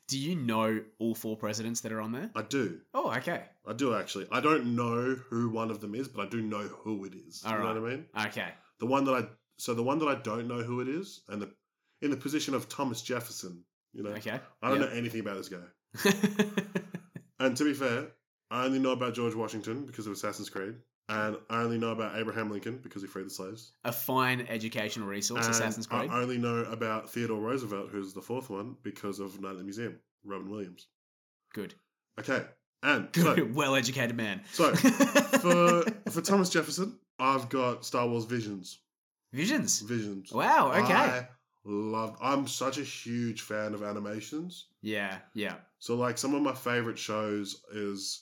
Speaker 1: Do you know all four presidents that are on there?
Speaker 2: I do.
Speaker 1: Oh, okay,
Speaker 2: I do actually. I don't know who one of them is, but I do know who it is. you know
Speaker 1: Alright.
Speaker 2: what I mean?
Speaker 1: okay,
Speaker 2: The one that I so the one that I don't know who it is, and the in the position of Thomas Jefferson. You know,
Speaker 1: okay.
Speaker 2: I don't know anything about this guy.
Speaker 1: know.
Speaker 2: And to be fair, I only know about George Washington because of Assassin's Creed, and I only know about Abraham Lincoln because he freed the slaves.
Speaker 1: <laughs> a fine educational resource,
Speaker 2: and
Speaker 1: Assassin's Creed.
Speaker 2: I only know about Theodore Roosevelt, who's the fourth one, because of Night at the Museum, Robin Williams.
Speaker 1: Good.
Speaker 2: <laughs> Okay, and
Speaker 1: <laughs>
Speaker 2: so
Speaker 1: Good. well educated man. <laughs>
Speaker 2: So, for for Thomas Jefferson, I've got Star Wars Visions.
Speaker 1: Visions.
Speaker 2: Visions.
Speaker 1: Wow, okay.
Speaker 2: I love. I'm such a huge fan of animations.
Speaker 1: yeah, yeah.
Speaker 2: So like some of my favorite shows is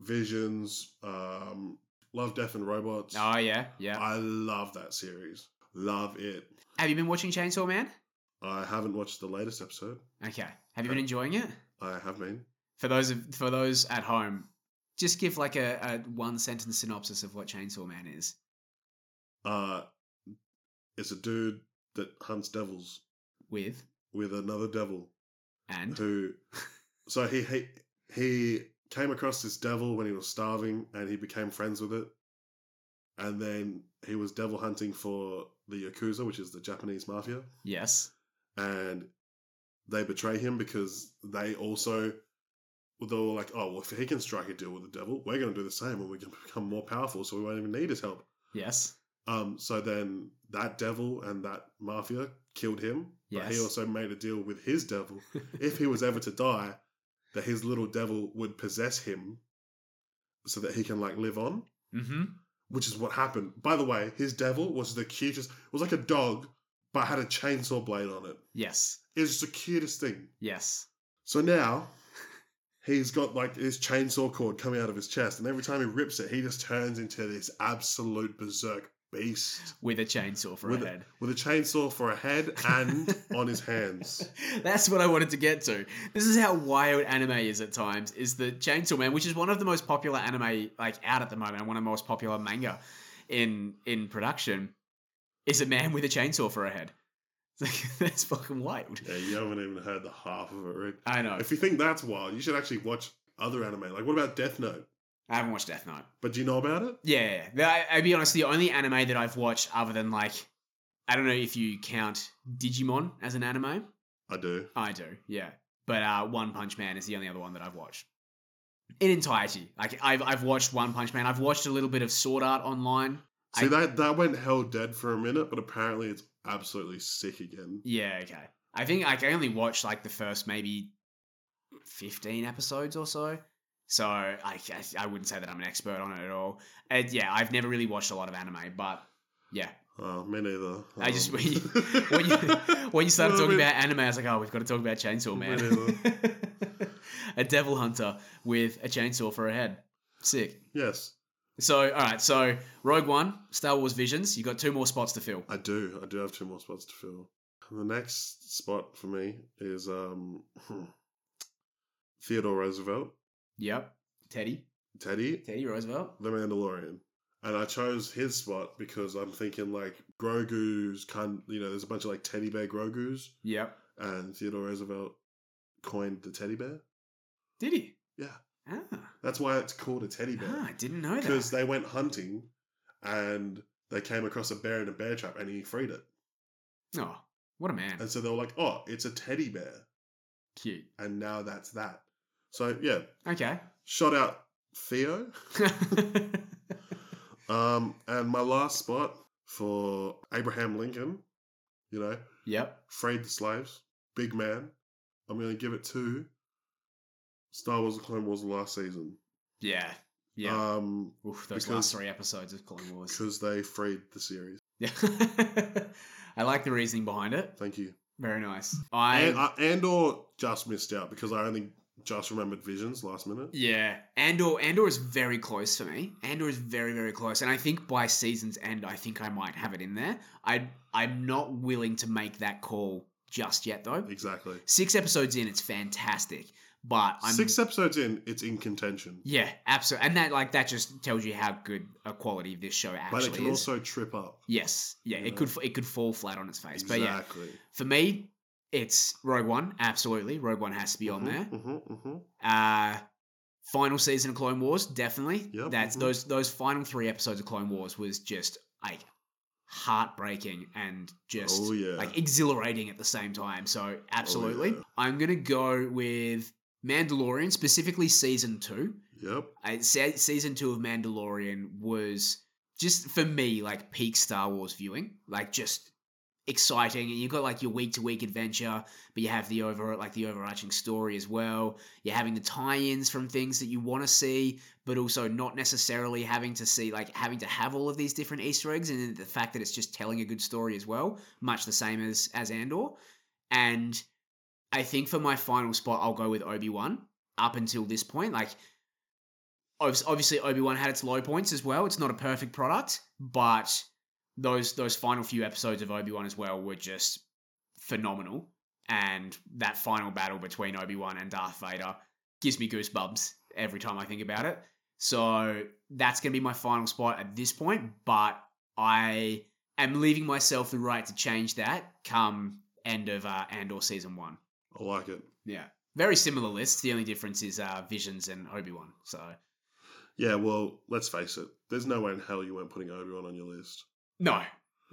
Speaker 2: Visions, um, Love, Death and Robots.
Speaker 1: Oh, yeah, yeah.
Speaker 2: I love that series. Love it.
Speaker 1: Have you been watching Chainsaw Man?
Speaker 2: I haven't watched the latest episode.
Speaker 1: Okay. Have you
Speaker 2: Uh,
Speaker 1: been enjoying it?
Speaker 2: I have been.
Speaker 1: For those of, for those at home, just give like a, a one sentence synopsis of what Chainsaw Man is.
Speaker 2: Uh, it's a dude that hunts devils
Speaker 1: With
Speaker 2: with another devil.
Speaker 1: and
Speaker 2: who so he he he came across this devil when he was starving and he became friends with it and then he was devil hunting for the yakuza which is the japanese mafia
Speaker 1: yes.
Speaker 2: and they betray him because they also they were like oh well if he can strike a deal with the devil we're going to do the same and we can become more powerful so we won't even need his help
Speaker 1: Yes.
Speaker 2: um, so then that devil and that mafia killed him. But he
Speaker 1: Yes.
Speaker 2: also made a deal with his devil.
Speaker 1: <laughs>
Speaker 2: if he was ever to die, that his little devil would possess him so that he can like live on.
Speaker 1: Mm-hmm.
Speaker 2: Which is what happened. By the way, his devil was the cutest was like a dog, but had a chainsaw blade on it.
Speaker 1: Yes.
Speaker 2: It was the cutest thing.
Speaker 1: Yes. <laughs>
Speaker 2: So now he's got like his chainsaw cord coming out of his chest, and every time he rips it, he just turns into this absolute berserk beast
Speaker 1: with a chainsaw for
Speaker 2: with
Speaker 1: a
Speaker 2: a,
Speaker 1: head.
Speaker 2: with a chainsaw for a head and <laughs> on his hands.
Speaker 1: That's what I wanted to get to. This is how wild anime is at times. Is the Chainsaw Man, which is one of the most popular anime like out at the moment, and one of the most popular manga in in production, is a man with a chainsaw for a head. <laughs> It's like, that's fucking wild.
Speaker 2: Yeah, you haven't even heard the half of it, Rick.
Speaker 1: I know.
Speaker 2: If you think that's wild, you should actually watch other anime. Like, what about Death Note?
Speaker 1: I haven't watched Death Note.
Speaker 2: But do you know about it?
Speaker 1: Yeah, yeah, yeah. I, I'll be honest. The only anime that I've watched, other than like, I don't know if you count Digimon as an anime.
Speaker 2: I do.
Speaker 1: I do, yeah. But uh, One Punch Man is the only other one that I've watched in entirety. Like I've I've watched One Punch Man. I've watched a little bit of Sword Art Online.
Speaker 2: See,
Speaker 1: I-
Speaker 2: that, that went hell dead for a minute, but apparently it's absolutely sick again.
Speaker 1: Yeah, okay. I think like, I only watched like the first maybe fifteen episodes or so. So I I, I wouldn't say that I'm an expert on it at all. And yeah, I've never really watched a lot of anime, but yeah.
Speaker 2: Oh, me neither.
Speaker 1: I just- <laughs>
Speaker 2: Um,
Speaker 1: when you-
Speaker 2: <laughs>
Speaker 1: When you <laughs> when you started
Speaker 2: Well,
Speaker 1: talking
Speaker 2: I mean-
Speaker 1: about anime, I was like, oh, we've got to talk about Chainsaw Man,
Speaker 2: Whatever.
Speaker 1: <laughs> a devil hunter with a chainsaw for a head. Sick.
Speaker 2: Yes,
Speaker 1: So, all right. So, Rogue One, Star Wars Visions. You got two more spots to fill.
Speaker 2: I do. I do have two more spots to fill. The next spot for me is um Theodore Roosevelt,
Speaker 1: Yep. Teddy.
Speaker 2: Teddy,
Speaker 1: Teddy Roosevelt.
Speaker 2: The Mandalorian. And I chose his spot because I'm thinking like Grogu's kind you know, there's a bunch of like teddy bear Grogu's
Speaker 1: Yep.
Speaker 2: and Theodore Roosevelt coined the teddy bear.
Speaker 1: Did he?
Speaker 2: Yeah.
Speaker 1: Ah,
Speaker 2: That's why it's called a teddy
Speaker 1: ah
Speaker 2: bear.
Speaker 1: I didn't know
Speaker 2: Because
Speaker 1: that.
Speaker 2: they went hunting and they came across a bear in a bear trap and he freed it.
Speaker 1: Oh, what a man.
Speaker 2: And so they were like, Oh, it's a teddy bear.
Speaker 1: Cute.
Speaker 2: And now that's that. So yeah,
Speaker 1: Okay. <laughs>
Speaker 2: shot out Theo. Um, and my last spot for Abraham Lincoln, you know,
Speaker 1: yep.
Speaker 2: freed the slaves, big man. I'm going to give it to Star Wars: The Clone Wars last season.
Speaker 1: Yeah. Yeah.
Speaker 2: Um,
Speaker 1: Oof, those
Speaker 2: because-
Speaker 1: last three episodes of Clone Wars.
Speaker 2: because they freed the series.
Speaker 1: Yeah. <laughs> I like the reasoning behind it.
Speaker 2: Thank you.
Speaker 1: Very nice.
Speaker 2: And,
Speaker 1: I.
Speaker 2: uh, Andor just missed out because I only just remembered Visions last minute.
Speaker 1: Yeah, Andor Andor is very close for me. Andor is very very close, and I think by season's end, I think I might have it in there. I I'm not willing to make that call just yet though.
Speaker 2: Exactly.
Speaker 1: Six episodes in, it's fantastic, but I'm
Speaker 2: Six episodes in, it's in contention,
Speaker 1: yeah, absolutely, and that like that just tells you how good a quality of this show
Speaker 2: but
Speaker 1: actually
Speaker 2: it can
Speaker 1: is.
Speaker 2: also trip up.
Speaker 1: yes, yeah,
Speaker 2: you
Speaker 1: it could it could fall flat on its face, but yeah,
Speaker 2: Exactly.
Speaker 1: for me, it's Rogue One. Absolutely, Rogue One has to be on there.
Speaker 2: hmm hmm
Speaker 1: Uh final season of Clone Wars, definitely.
Speaker 2: Yep,
Speaker 1: That's
Speaker 2: mhm.
Speaker 1: those those final three episodes of Clone Wars was just like heartbreaking and just
Speaker 2: Oh yeah. Oh,
Speaker 1: like exhilarating at the same time. So absolutely.
Speaker 2: yeah.
Speaker 1: I'm gonna go with Mandalorian, specifically season two.
Speaker 2: yep.
Speaker 1: I, se- season two of Mandalorian was just for me like peak Star Wars viewing, like just exciting. And you've got like your week to week adventure, but you have the over like the overarching story as well. You're having the tie-ins from things that you want to see, but also not necessarily having to see like having to have all of these different Easter eggs, and the fact that it's just telling a good story as well, much the same as as Andor. And I think for my final spot, I'll go with Obi Wan. Up until this point, like obvi- obviously Obi Wan had its low points as well. It's not a perfect product, but those those final few episodes of Obi Wan as well were just phenomenal. And that final battle between Obi Wan and Darth Vader gives me goosebumps every time I think about it. So that's going to be my final spot at this point, but I am leaving myself the right to change that come end of uh, Andor season one.
Speaker 2: I like it.
Speaker 1: Yeah. Very similar lists. The only difference is uh, Visions and Obi Wan. So
Speaker 2: Yeah, well, let's face it. There's no way in hell you weren't putting Obi Wan on your list.
Speaker 1: No,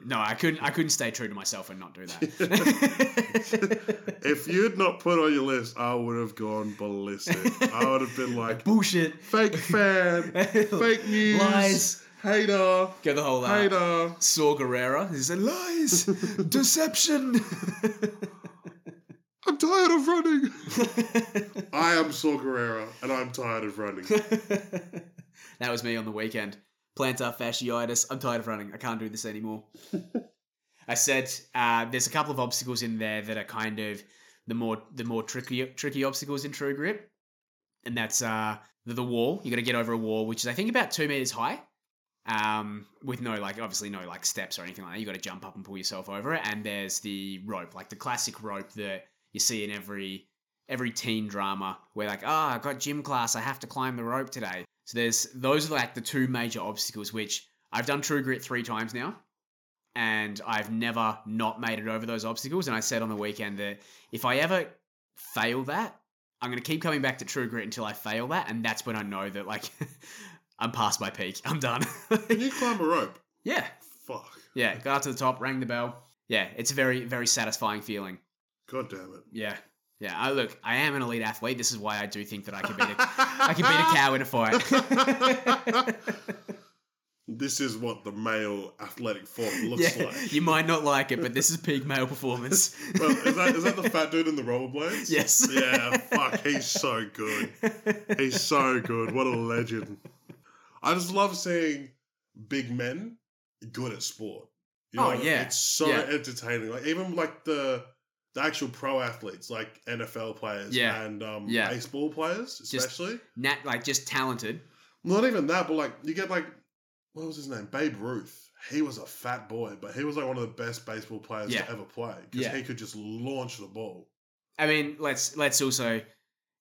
Speaker 1: no, I couldn't. I couldn't stay true to myself and not do that.
Speaker 2: If you'd not put on your list, I would have gone ballistic. I would have been like,
Speaker 1: bullshit, <laughs>
Speaker 2: fake fan, fake news,
Speaker 1: lies,
Speaker 2: hater,
Speaker 1: go the whole uh,
Speaker 2: hater.
Speaker 1: Saw Gerrera. He said lies, deception.
Speaker 2: I'm tired of running.
Speaker 1: <laughs>
Speaker 2: I am Saw Gerrera, and I'm tired of
Speaker 1: <laughs>
Speaker 2: running.
Speaker 1: that was me on the weekend. Plantar fasciitis. I'm tired of running. I can't do this anymore. I said uh, there's a couple of obstacles in there that are kind of the more the more tricky tricky obstacles in True Grip, and that's uh, the, the wall. You got to get over a wall, which is I think about two meters high. um, with no like obviously no like steps or anything like that. You got to jump up and pull yourself over it. And there's the rope, like the classic rope that you see in every every teen drama where like ah I got gym class, I have to climb the rope today. So there's those are like the two major obstacles which I've done True Grit three times now. And I've never not made it over those obstacles. And I said on the weekend that if I ever fail that, I'm gonna keep coming back to True Grit until I fail that, and that's when I know that like <laughs> I'm past my peak. I'm done. <laughs>
Speaker 2: Can you climb a rope?
Speaker 1: yeah,
Speaker 2: Fuck.
Speaker 1: yeah. Got up to the top, rang the bell. Yeah, it's a very, very satisfying feeling.
Speaker 2: God damn it.
Speaker 1: Yeah, yeah. I look, I am an elite athlete. This is why I do think that I can beat a, I can beat a cow in a fight.
Speaker 2: This is what the male athletic form looks
Speaker 1: yeah,
Speaker 2: like.
Speaker 1: you might not like it, but this is peak male performance.
Speaker 2: <laughs> Well, is
Speaker 1: <laughs>
Speaker 2: that, is that the fat dude in the rollerblades?
Speaker 1: Yes. <laughs>
Speaker 2: Yeah, fuck, he's so good. He's so good. What a legend. I just love seeing big men good at sport. You
Speaker 1: Oh,
Speaker 2: know,
Speaker 1: yeah.
Speaker 2: It's so
Speaker 1: Yeah.
Speaker 2: entertaining. Like even like the the actual pro athletes, like NFL players
Speaker 1: Yeah.
Speaker 2: and um,
Speaker 1: Yeah.
Speaker 2: baseball players,
Speaker 1: Just-
Speaker 2: especially.
Speaker 1: Nat, like just talented.
Speaker 2: Not even that, but like you get like what was his name? Babe Ruth. He was a fat boy, but he was like one of the best baseball players
Speaker 1: Yeah.
Speaker 2: to ever play because
Speaker 1: Yeah.
Speaker 2: he could just launch the ball.
Speaker 1: I mean, let's let's also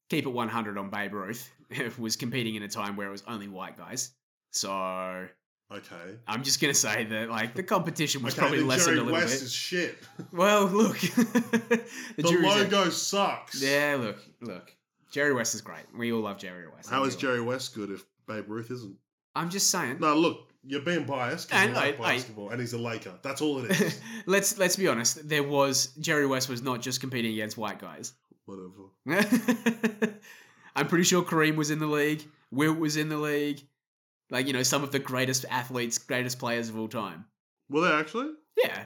Speaker 1: keep it 100 on Babe Ruth, <laughs> who was competing in a time where it was only white guys. So I'm
Speaker 2: Okay.
Speaker 1: just gonna say that like the competition was
Speaker 2: okay,
Speaker 1: probably
Speaker 2: then
Speaker 1: lessened
Speaker 2: Jerry
Speaker 1: a little
Speaker 2: West
Speaker 1: bit.
Speaker 2: is shit.
Speaker 1: Well, look, <laughs>
Speaker 2: The,
Speaker 1: jury's out.
Speaker 2: logo sucks.
Speaker 1: Yeah, look, look. Jerry West is great. We all love Jerry West.
Speaker 2: How
Speaker 1: We
Speaker 2: is
Speaker 1: all-
Speaker 2: Jerry West good if Babe Ruth isn't?
Speaker 1: I'm just saying.
Speaker 2: No, look, you're being biased. 'cause
Speaker 1: And
Speaker 2: you like
Speaker 1: I- I-
Speaker 2: basketball, and he's a Laker. That's all
Speaker 1: <laughs>
Speaker 2: it is.
Speaker 1: <laughs> let's let's be honest. There was Jerry West was not just competing against white guys. <laughs>
Speaker 2: Whatever.
Speaker 1: I'm pretty sure Kareem was in the league. Wilt was in the league. Like you know, some of the greatest athletes, greatest players of all time.
Speaker 2: Were they actually?
Speaker 1: Yeah,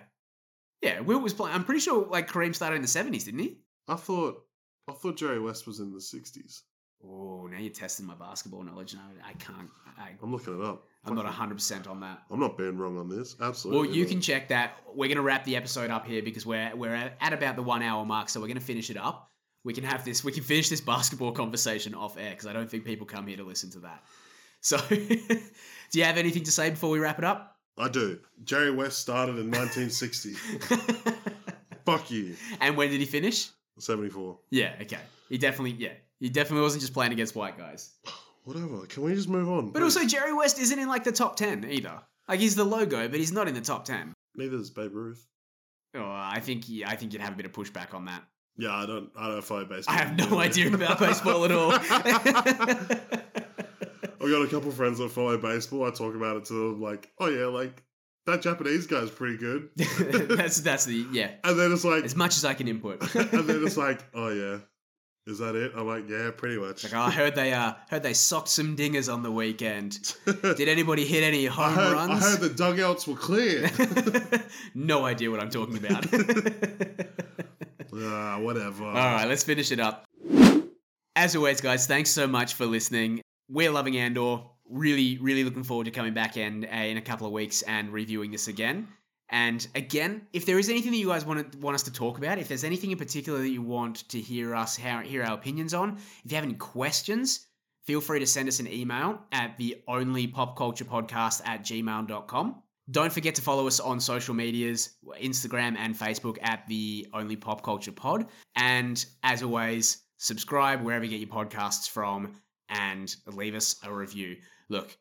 Speaker 1: yeah. Wilt was playing. I'm pretty sure like Kareem started in the '70s, didn't he?
Speaker 2: I thought, I thought Jerry West was in the '60s.
Speaker 1: Oh, now you're testing my basketball knowledge, and I, I can't. I,
Speaker 2: I'm looking it up.
Speaker 1: I'm not 100 percent on that.
Speaker 2: I'm not being wrong on this. Absolutely.
Speaker 1: Well, you
Speaker 2: not.
Speaker 1: can check that. We're going to wrap the episode up here because we're we're at about the one hour mark, so we're going to finish it up. We can have this. We can finish this <laughs> basketball conversation off air because I don't think people come here to listen to that. So, <laughs> do you have anything to say before we wrap it up? <laughs>
Speaker 2: I do. Jerry West started in 1960. Fuck you.
Speaker 1: and when did he finish?
Speaker 2: 74.
Speaker 1: Yeah, okay. He definitely, yeah, he definitely wasn't just playing against white guys.
Speaker 2: Whatever. Can we just move on?
Speaker 1: But
Speaker 2: please?
Speaker 1: also, Jerry West isn't in like the top ten either. Like he's the logo, but he's not in the top ten.
Speaker 2: neither is Babe Ruth.
Speaker 1: Oh, I think I think you'd have a bit of pushback on that.
Speaker 2: Yeah, I don't. I don't follow baseball.
Speaker 1: I have no <laughs> idea about baseball
Speaker 2: <laughs>
Speaker 1: at all. <laughs>
Speaker 2: I've got a couple friends that follow baseball. I talk about it to them, like, oh yeah, like that Japanese guy's
Speaker 1: <laughs>
Speaker 2: pretty good.
Speaker 1: that's that's the yeah.
Speaker 2: And then it's like,
Speaker 1: As much as I can input.
Speaker 2: <laughs> and then it's like, oh yeah, is that it? I'm like, yeah, pretty much. <laughs>
Speaker 1: Like, oh, I heard they uh heard they socked some dingers on the weekend. <laughs> Did anybody hit any
Speaker 2: I
Speaker 1: home
Speaker 2: heard, I
Speaker 1: runs?
Speaker 2: heard the dugouts
Speaker 1: <laughs>
Speaker 2: were clear.
Speaker 1: no idea what I'm talking about.
Speaker 2: <laughs> ah, whatever.
Speaker 1: All right, let's finish it up. As always, guys, thanks so much for listening. We're loving Andor. Really, really looking forward to coming back and uh, in a couple of weeks and reviewing this again. And again, if there is anything that you guys want want us to talk about, if there's anything in particular that you want to hear us hear, hear our opinions on, if you have any questions, feel free to send us an email at the only pop culture podcast at gmail.com. Don't forget to follow us on social medias, Instagram and Facebook at the Only Pop Culture Pod. And as always, subscribe wherever you get your podcasts from and leave us a review. Look,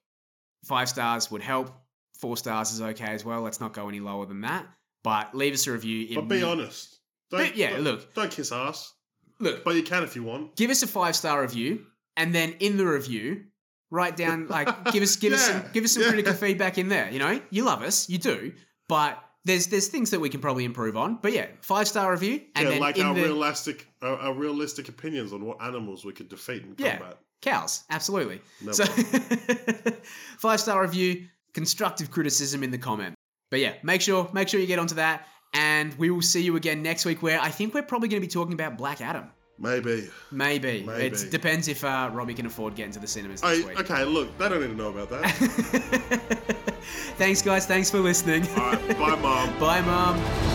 Speaker 1: five stars would help. Four stars is okay as well. Let's not go any lower than that. But leave us a review. It
Speaker 2: but be
Speaker 1: re-
Speaker 2: honest.
Speaker 1: But yeah,
Speaker 2: don't-
Speaker 1: look.
Speaker 2: Don't kiss ass.
Speaker 1: Look,
Speaker 2: But you can if you want.
Speaker 1: give us a five star review, and then in the review, write down like give us give us some
Speaker 2: <laughs> Yeah,
Speaker 1: give us some
Speaker 2: yeah.
Speaker 1: critical feedback in there. You know, you love us, you do, but there's there's things that we can probably improve on. But yeah, five star review, and
Speaker 2: yeah,
Speaker 1: then
Speaker 2: like
Speaker 1: in
Speaker 2: our
Speaker 1: the
Speaker 2: realistic, our, our realistic opinions on what animals we could defeat in
Speaker 1: Yeah.
Speaker 2: combat.
Speaker 1: cows, absolutely.
Speaker 2: No
Speaker 1: so
Speaker 2: problem.
Speaker 1: <laughs> five star review, constructive criticism in the comment. But yeah, make sure make sure you get onto that. And we will see you again next week, where I think we're probably going to be talking about Black Adam.
Speaker 2: Maybe.
Speaker 1: Maybe,
Speaker 2: Maybe.
Speaker 1: it depends if uh, Robbie can afford getting to the cinemas
Speaker 2: I,
Speaker 1: next week.
Speaker 2: okay, look, they don't need to know about that.
Speaker 1: <laughs> Thanks, guys. Thanks for listening.
Speaker 2: All right, bye,
Speaker 1: <laughs>
Speaker 2: mom.
Speaker 1: Bye, Mom.